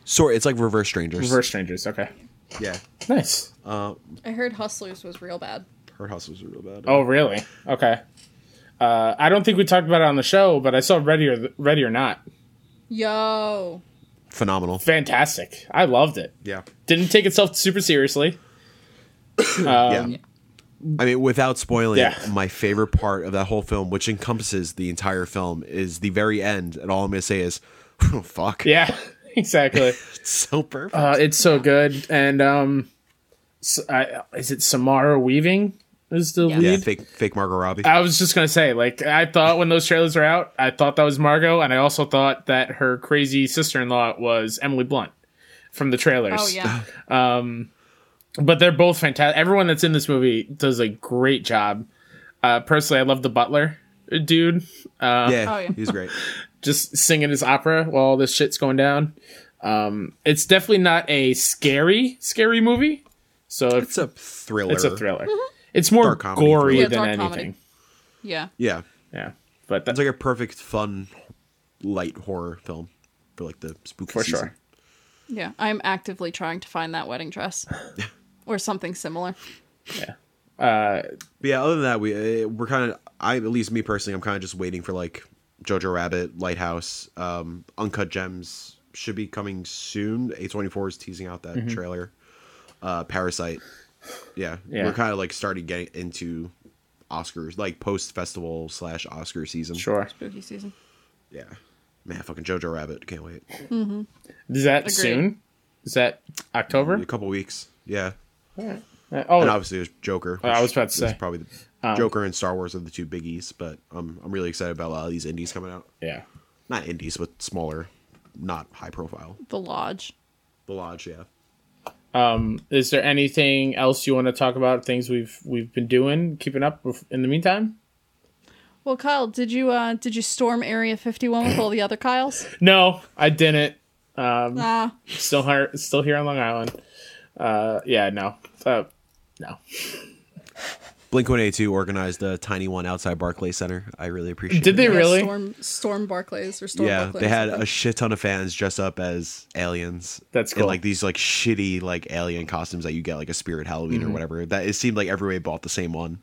C: Sort it's like reverse strangers.
A: Reverse Strangers. Okay,
C: Yeah.
A: nice.
B: I heard Hustlers was real bad.
C: Her house was real bad.
A: Oh really? Okay. Uh, I don't think we talked about it on the show, but I saw Ready or Ready or Not.
B: Yo,
C: Phenomenal.
A: Fantastic. I loved it.
C: Yeah.
A: Didn't take itself super seriously.
C: yeah. I mean, without spoiling,
A: Um, Yeah.
C: it, my favorite part of that whole film, which encompasses the entire film, is the very end. And all I'm going to say is, oh, fuck.
A: Yeah, exactly.
C: It's so perfect.
A: Uh, it's so good, and um, s I is it Samara Weaving is the
B: Yeah.
A: lead? Uh,
C: yeah, fake, fake Margot Robbie.
A: I was just gonna say, like, I thought when those trailers were out, I thought that was Margot, and I also thought that her crazy sister-in-law was Emily Blunt from the trailers.
B: oh yeah,
A: but they're both fantastic. Everyone that's in this movie does a great job. Uh, personally, I love the Butler uh, dude,
C: yeah,
B: oh, yeah.
C: he's great.
A: just singing his opera while all this shit's going down. Um, it's definitely not a scary, scary movie. So if
C: It's a thriller.
A: It's a thriller. It's more
C: Dark comedy
A: gory
B: thriller.
A: than
B: Mm-hmm. Yeah, dark comedy.
A: anything.
B: yeah.
C: Yeah.
A: Yeah, but that's
C: It's like a perfect, fun, light horror film for like the spooky
A: for
C: season.
A: sure.
B: Yeah, I'm actively trying to find that wedding dress or something similar.
C: But yeah, other than that, we uh, we're kind of I at least me personally, I'm kind of just waiting for like Jojo Rabbit, Lighthouse, um, Uncut Gems should be coming soon. A24 is teasing out that
A: Mm-hmm.
C: trailer. Uh, Parasite. Yeah,
A: Yeah.
C: we're kind of like starting getting into Oscars, like post festival slash Oscar season.
A: Sure.
B: Spooky season.
C: Yeah. Man, fucking Jojo Rabbit, can't wait.
A: Is that
B: Agreed.
A: soon? Is that October?
C: A couple weeks. Yeah,
A: Uh,
C: and
A: Oh,
C: obviously there's Joker.
A: I was
C: which
A: about to
C: is
A: say. Um,
C: probably the, Joker and Star Wars are the two biggies, but um, I'm really excited about a lot of these indies coming out.
A: yeah.
C: not indies, but smaller, not high profile.
B: The lodge.
C: The Lodge, yeah.
A: Um, Is there anything else you want to talk about? Things we've we've been doing, keeping up with- in the meantime?
B: Well, Kyle, did you uh did you storm Area 51 with all the other Kyles?
A: No, I didn't.
C: Um,
B: Nah.
A: Still here, still here on Long Island. Uh, yeah, no, uh, no.
C: Blink One Eight Two organized a tiny one outside Barclay Center. I really appreciate.
A: Did
C: it.
A: they
B: Yeah,
A: really?
B: Storm Storm Barclays or Storm
C: Yeah,
B: Barclays.
C: they had
B: I
C: a
B: think.
C: shit ton of fans dress up as aliens.
A: That's
C: In
A: cool.
C: like these like shitty like alien costumes that you get like a Spirit Halloween
A: Mm-hmm.
C: or whatever. That it seemed like everybody bought the same one.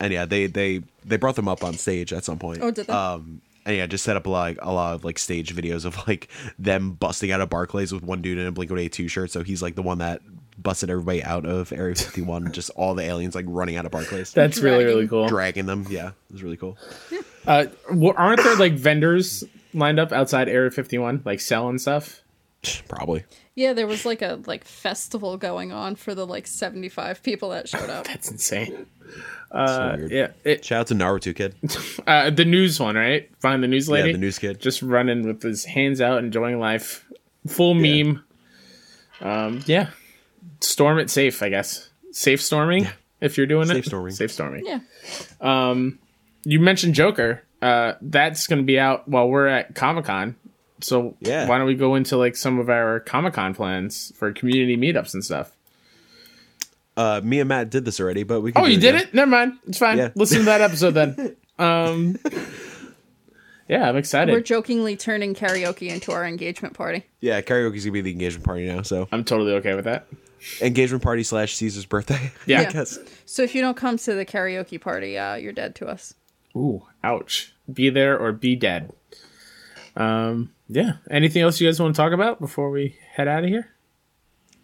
C: And yeah, they they they brought them up on stage at some point.
B: Oh, did they?
C: Um, And yeah, just set up a lot, a lot of like stage videos of like them busting out of Barclays with one dude in a Blink One Eight Two shirt. So he's like the one that busted everybody out of Area Fifty One. just all the aliens like running out of Barclays,
A: That's really really
B: Dragging.
A: cool.
C: dragging them. Yeah, it was really cool.
A: Uh, well, aren't there like vendors lined up outside Area 51, like selling stuff?
C: Probably.
B: Yeah, there was like a like festival going on for the like 75 people that showed up.
A: That's insane.
C: so
A: Uh,
C: weird.
A: yeah, it,
C: Shout out to Naruto Kid.
A: uh, the news one, right? Find the news lady.
C: the news kid.
A: just running with his hands out, enjoying life. Full
C: Yeah.
A: meme. Um, yeah, storm it safe, I guess. Safe storming if you're doing it.
C: Safe storming.
A: Safe storming. Um,
B: Yeah.
A: You mentioned Joker. Uh, that's going to be out while we're at Comic Con. So
C: Yeah.
A: why don't we go into like some of our Comic Con plans for community meetups and stuff?
C: Uh, me and Matt did this already, but we. Can
A: Oh,
C: do
A: you
C: it
A: did
C: again.
A: it? Never mind. It's fine.
C: Yeah.
A: Listen to that episode then. Um, yeah, I'm excited.
B: We're jokingly turning karaoke into our engagement party.
C: Yeah, karaoke's gonna be the engagement party now. So
A: I'm totally okay with that.
C: engagement party slash Caesar's birthday.
A: Yeah.
B: Yeah.
C: I guess.
B: So if you don't come to the karaoke party, uh, you're dead to us.
A: Ooh, ouch. Be there or be dead. Um, yeah. Anything else you guys want to talk about before we head out of here?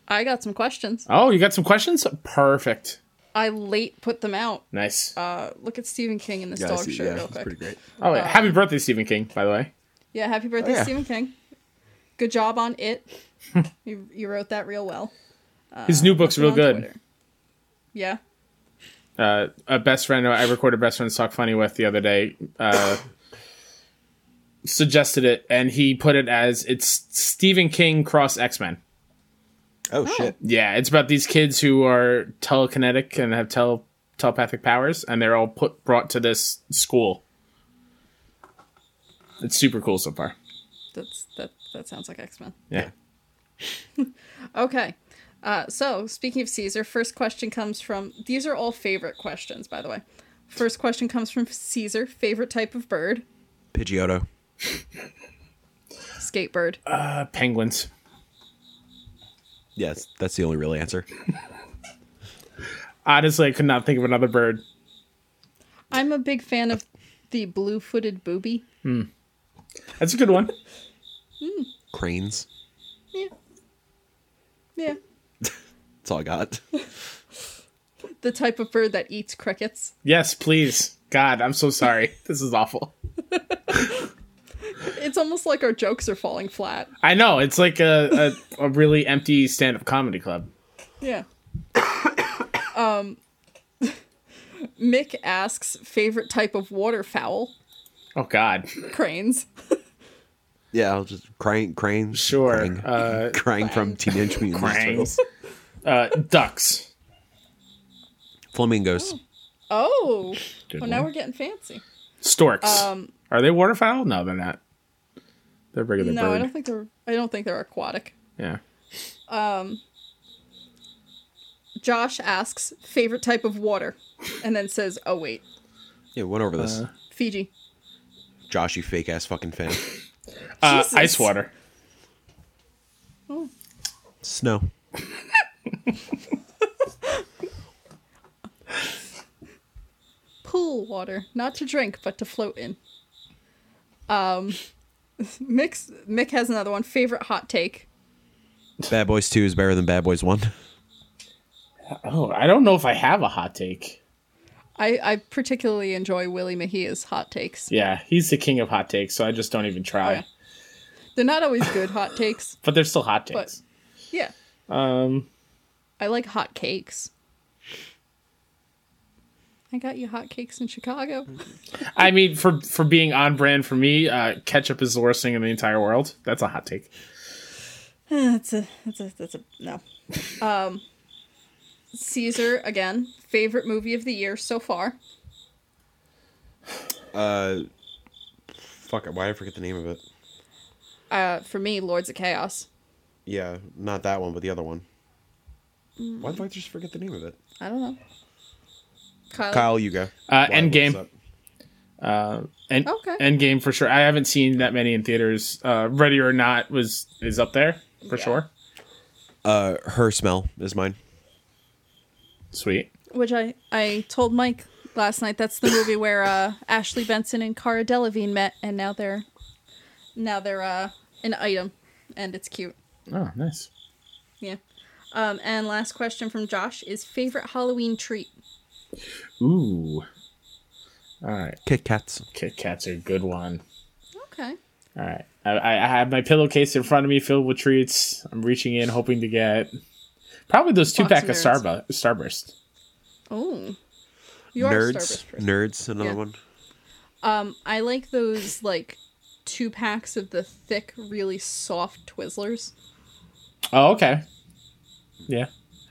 B: I got some questions.
A: Oh, you got some questions? Perfect.
B: I late put them out.
A: Nice.
B: Uh, look at Stephen King in this
C: Yeah, I
B: dog
C: see-
B: shirt
C: yeah,
B: real
C: it's
B: quick.
C: pretty great.
A: oh, yeah. happy birthday, Stephen King, by the way.
B: Yeah, happy birthday,
C: yeah.
B: Stephen King. Good job on it. you, you wrote that real well.
A: His new book's real
B: uh, On
A: good.
B: Twitter. Yeah.
A: Uh, a best friend I recorded Best Friends Talk Funny with the other day uh, suggested it, and he put it as it's Stephen King cross X Men.
C: Oh, shit!
A: Yeah, it's about these kids who are telekinetic and have tel- telepathic powers, and they're all put brought to this school. It's super cool so far.
B: That's that. That sounds like X Men.
A: Yeah.
B: Okay. Uh, so speaking of Caesar, first question comes from. These are all favorite questions, by the way. First question comes from Caesar. Favorite type of bird?
C: Pidgeotto.
B: Skatebird.
A: Uh, penguins.
C: Yes, that's the only real answer.
A: Honestly, I could not think of another bird.
B: I'm a big fan of the blue-footed booby.
A: That's a good one.
C: Cranes.
B: Yeah. Yeah.
C: That's all I got.
B: The type of bird that eats crickets.
A: Yes, please. God, I'm so sorry. This is awful.
B: It's almost like our jokes are falling flat.
A: I know it's like a a, a really empty stand-up comedy club.
B: Yeah. um, Mick asks favorite type of waterfowl.
A: Oh God,
B: Cranes.
C: Yeah, I'll just crying, cranes.
A: sure.
C: crying,
A: Uh,
C: crying from Teenage Mutant Ninja
A: crangs.
C: Turtles.
A: Uh, ducks.
C: Flamingos.
B: Oh. well, now
A: one.
B: we're getting fancy.
A: Storks.
B: Um,
A: Are they waterfowl? No, they're not. They're regular
B: no, I
A: bird.
B: don't think they're. I don't think they're aquatic.
A: Yeah.
B: Josh asks favorite type of water, and then says, "Oh wait,
C: Yeah, went over this.
B: Fiji."
C: Josh, you fake ass fucking fan.
A: Uh,
B: Jesus.
A: ice water.
C: Snow.
B: Pool water, not to drink, but to float in. Um, Mick's, Mick has another one. Favorite hot take.
C: Bad Boys Two is better than Bad Boys One.
A: Oh, I don't know if I have a hot take.
B: I, I particularly enjoy Willie Mejia's hot takes.
A: Yeah, he's the king of hot takes, so I just don't even try.
B: Oh, yeah. They're not always good hot takes.
A: But they're still hot takes.
B: Yeah.
A: Um,
B: I like hot cakes. I got you hot cakes in Chicago.
A: I mean, for for being on brand for me, uh, ketchup is the worst thing in the entire world. That's a hot take.
B: That's a that's a that's a no. Um Caesar again, favorite movie of the year so far.
C: Uh, fuck. Why did I forget the name of it?
B: Uh for me, Lords of Chaos.
C: Yeah, not that one, but the other one.
B: Mm.
C: Why did I just forget the name of it?
B: I don't know. Kyle.
C: Kyle, you go.
A: Uh,
C: Why, what's
A: Endgame.
C: up?
A: And
B: Okay.
A: Endgame for sure. I haven't seen that many in theaters. Uh, Ready or Not was is up there for
B: Yeah.
A: sure.
C: Uh, her smell is mine.
A: Sweet.
B: Which I I told Mike last night. That's the movie where uh, Ashley Benson and Cara Delevingne met, and now they're now they're uh, an item, and it's cute.
A: Oh, nice.
B: Yeah. Um, and last question from Josh is favorite Halloween treat.
A: Ooh. All right.
C: Kit Kats.
A: Kit Kats are a good one.
B: Okay.
A: All right. I, I I have my pillowcase in front of me filled with treats. I'm reaching in, hoping to get probably those two
B: Box
A: pack
B: of
A: of Starbu- Starburst.
B: Oh. You are a
C: Nerds.
B: Starburst person.
C: Nerds, another
B: Yeah.
C: one.
B: Um, I like those like two packs of the thick, really soft Twizzlers.
A: Oh, okay. Yeah.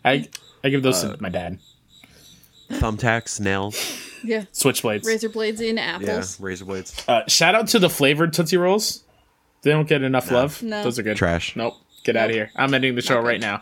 A: I I give those
C: Uh,
A: to my dad.
C: Thumbtacks, nails.
B: Yeah.
A: Switchblades.
B: Razor blades in
C: Yeah,
B: apples.
C: razor blades.
A: Uh, shout out to the flavored Tootsie Rolls. They don't get enough love.
B: No.
A: Those are good.
C: Trash.
A: Nope. Get out of here. I'm ending the show right now.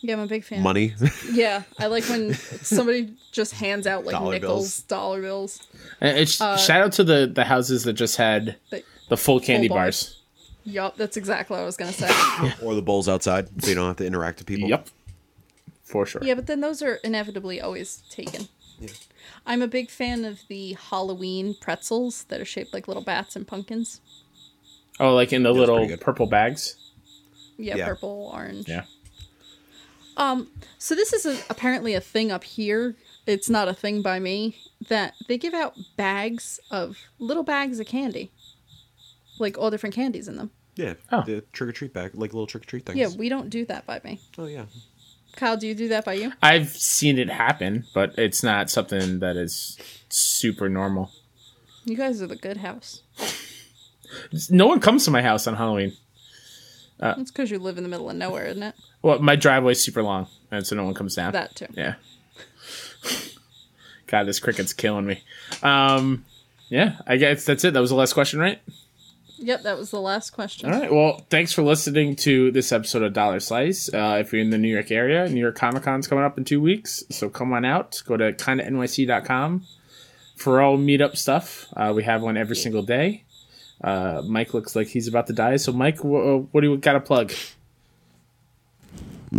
B: Yeah. I'm a big fan.
C: Money.
B: Yeah, I like when somebody just hands out like
C: Dollar
B: nickels,
C: bills.
B: dollar bills.
A: And it's,
B: Uh,
A: shout out to the, the houses that just had
B: But,
A: the full candy bars.
B: bars. yup, that's exactly what I was gonna say.
C: or the bowls outside so you don't have to interact with people.
A: Yep. For sure.
B: yeah, but then those are inevitably always taken. I'm a big fan of the Halloween pretzels that are shaped like little bats and pumpkins.
A: Oh, like in the little
C: pretty good.
A: purple bags.
B: Yeah,
C: Yeah.
B: purple, orange.
A: Yeah.
B: Um, so this is a, apparently a thing up here. It's not a thing by me that they give out bags of little bags of candy, like all different candies in them.
C: Yeah.
A: Oh.
C: The trick or treat bag, like little trick or treat things.
B: Yeah, we don't do that by me.
C: oh yeah.
B: Kyle, do you do that by you?
A: I've seen it happen, but it's not something that is super normal.
B: You guys are the good house.
A: No one comes to my house on Halloween. Uh,
B: That's because you live in the middle of nowhere, isn't it?
A: Well, my driveway's super long, and so no one comes down.
B: That too.
A: Yeah. God, this cricket's killing me. Um, yeah, I guess that's it. That was the last question, right?
B: Yep, that was the last question.
A: All right. Well, thanks for listening to this episode of Dollar Slice. Uh, if you're in the New York area, New York Comic Con's coming up in two weeks, so come on out. Go to kindofnyc.com for all meetup stuff. Uh, we have one every single day. Uh, Mike looks like he's about to die. So, Mike, wh- uh, what do you got to plug?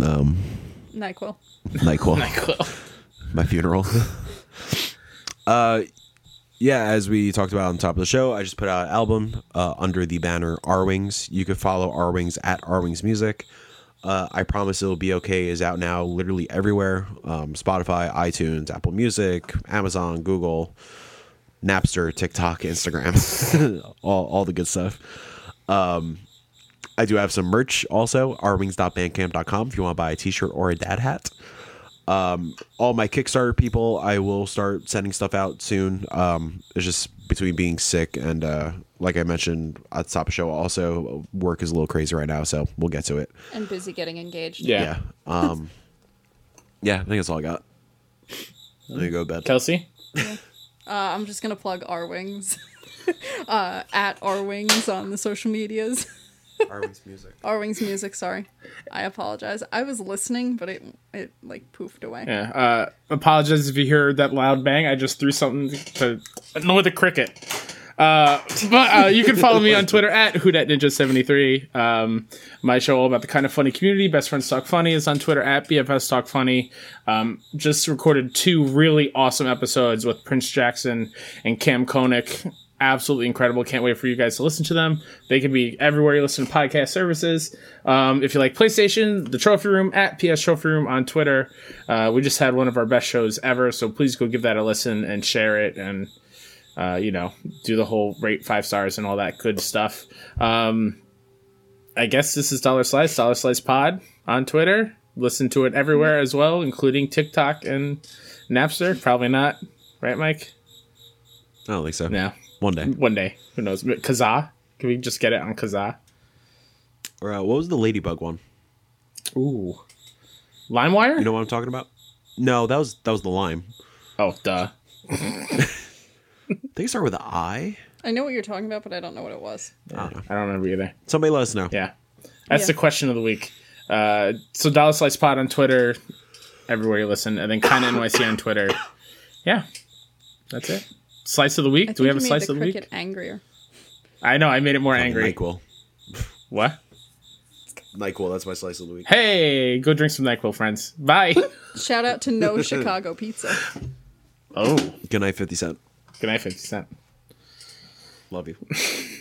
C: Um
B: Nyquil.
C: NyQuil. my funeral. uh, yeah, as we talked about on top of the show, I just put out an album uh, under the banner R Wings. You can follow R Wings at R Wings Music. Uh, I promise it'll be okay. Is out now, literally everywhere: um, Spotify, iTunes, Apple Music, Amazon, Google, Napster, TikTok, Instagram, all all the good stuff. Um, I do have some merch also, rwings.bandcamp.com if you want to buy a t-shirt or a dad hat all my Kickstarter people, I will start sending stuff out soon. Um, it's just between being sick and, uh, like I mentioned at the top of the show, also work is a little crazy right now, so we'll get to it.
B: And busy getting engaged.
A: Yeah.
C: Yeah. Um, yeah, I think that's all I got. There you go, bed.
A: Kelsey?
B: Uh, I'm just gonna plug R Wings. uh, at R Wings on the social medias.
C: Arwen's music.
B: R Wings music, sorry. I apologize. I was listening, but it it like poofed away.
A: Yeah. Uh, apologize if you hear that loud bang. I just threw something to annoy the cricket. Uh, but uh, you can follow me on Twitter at WhoDatNinja73. Um, my show all about the kind of funny community, Best Friends Talk Funny, is on Twitter at BFS Talk Funny. Um, just recorded two really awesome episodes with Prince Jackson and Cam Koenig. Absolutely incredible. Can't wait for you guys to listen to them. They can be everywhere you listen to podcast services. Um, if you like PlayStation, the Trophy Room at PS Trophy Room on Twitter. Uh, we just had one of our best shows ever, so please go give that a listen and share it and uh, you know, do the whole rate five stars and all that good stuff. Um, I guess this is Dollar Slice, Dollar Slice Pod on Twitter. Listen to it everywhere as well, including TikTok and Napster. Probably not, right, Mike?
C: I don't think so.
A: No,
C: One day.
A: one day, who knows? Kazaa? Can we just get it on Kazaa?
C: Or, uh, what was the ladybug one?
A: Ooh, LimeWire?
C: You know what I'm talking about? No, that was that was the lime.
A: oh, duh.
C: They start with an I.
B: I know what you're talking about, but I don't know what it was.
C: I don't know.
A: I don't remember either.
C: Somebody let us know.
A: Yeah. That's
B: Yeah.
A: the question of the week. Uh, so Dollar Slice Pod on Twitter, everywhere you listen, and then Kinda NYC on Twitter. Yeah. That's it. Slice of the week.
B: I
A: Do we
B: think
A: have a
B: you made
A: slice
B: the
A: of the week?
B: cricket angrier.
A: I know, I made it more angry.
C: Mike will.
A: What?
C: Nyquil, that's my slice of the week.
A: Hey, go drink some NyQuil, friends. Bye.
B: Shout out to No Chicago Pizza.
A: oh,
C: Good night, 50 Cent.
A: good night, 50 Cent.
C: Love you.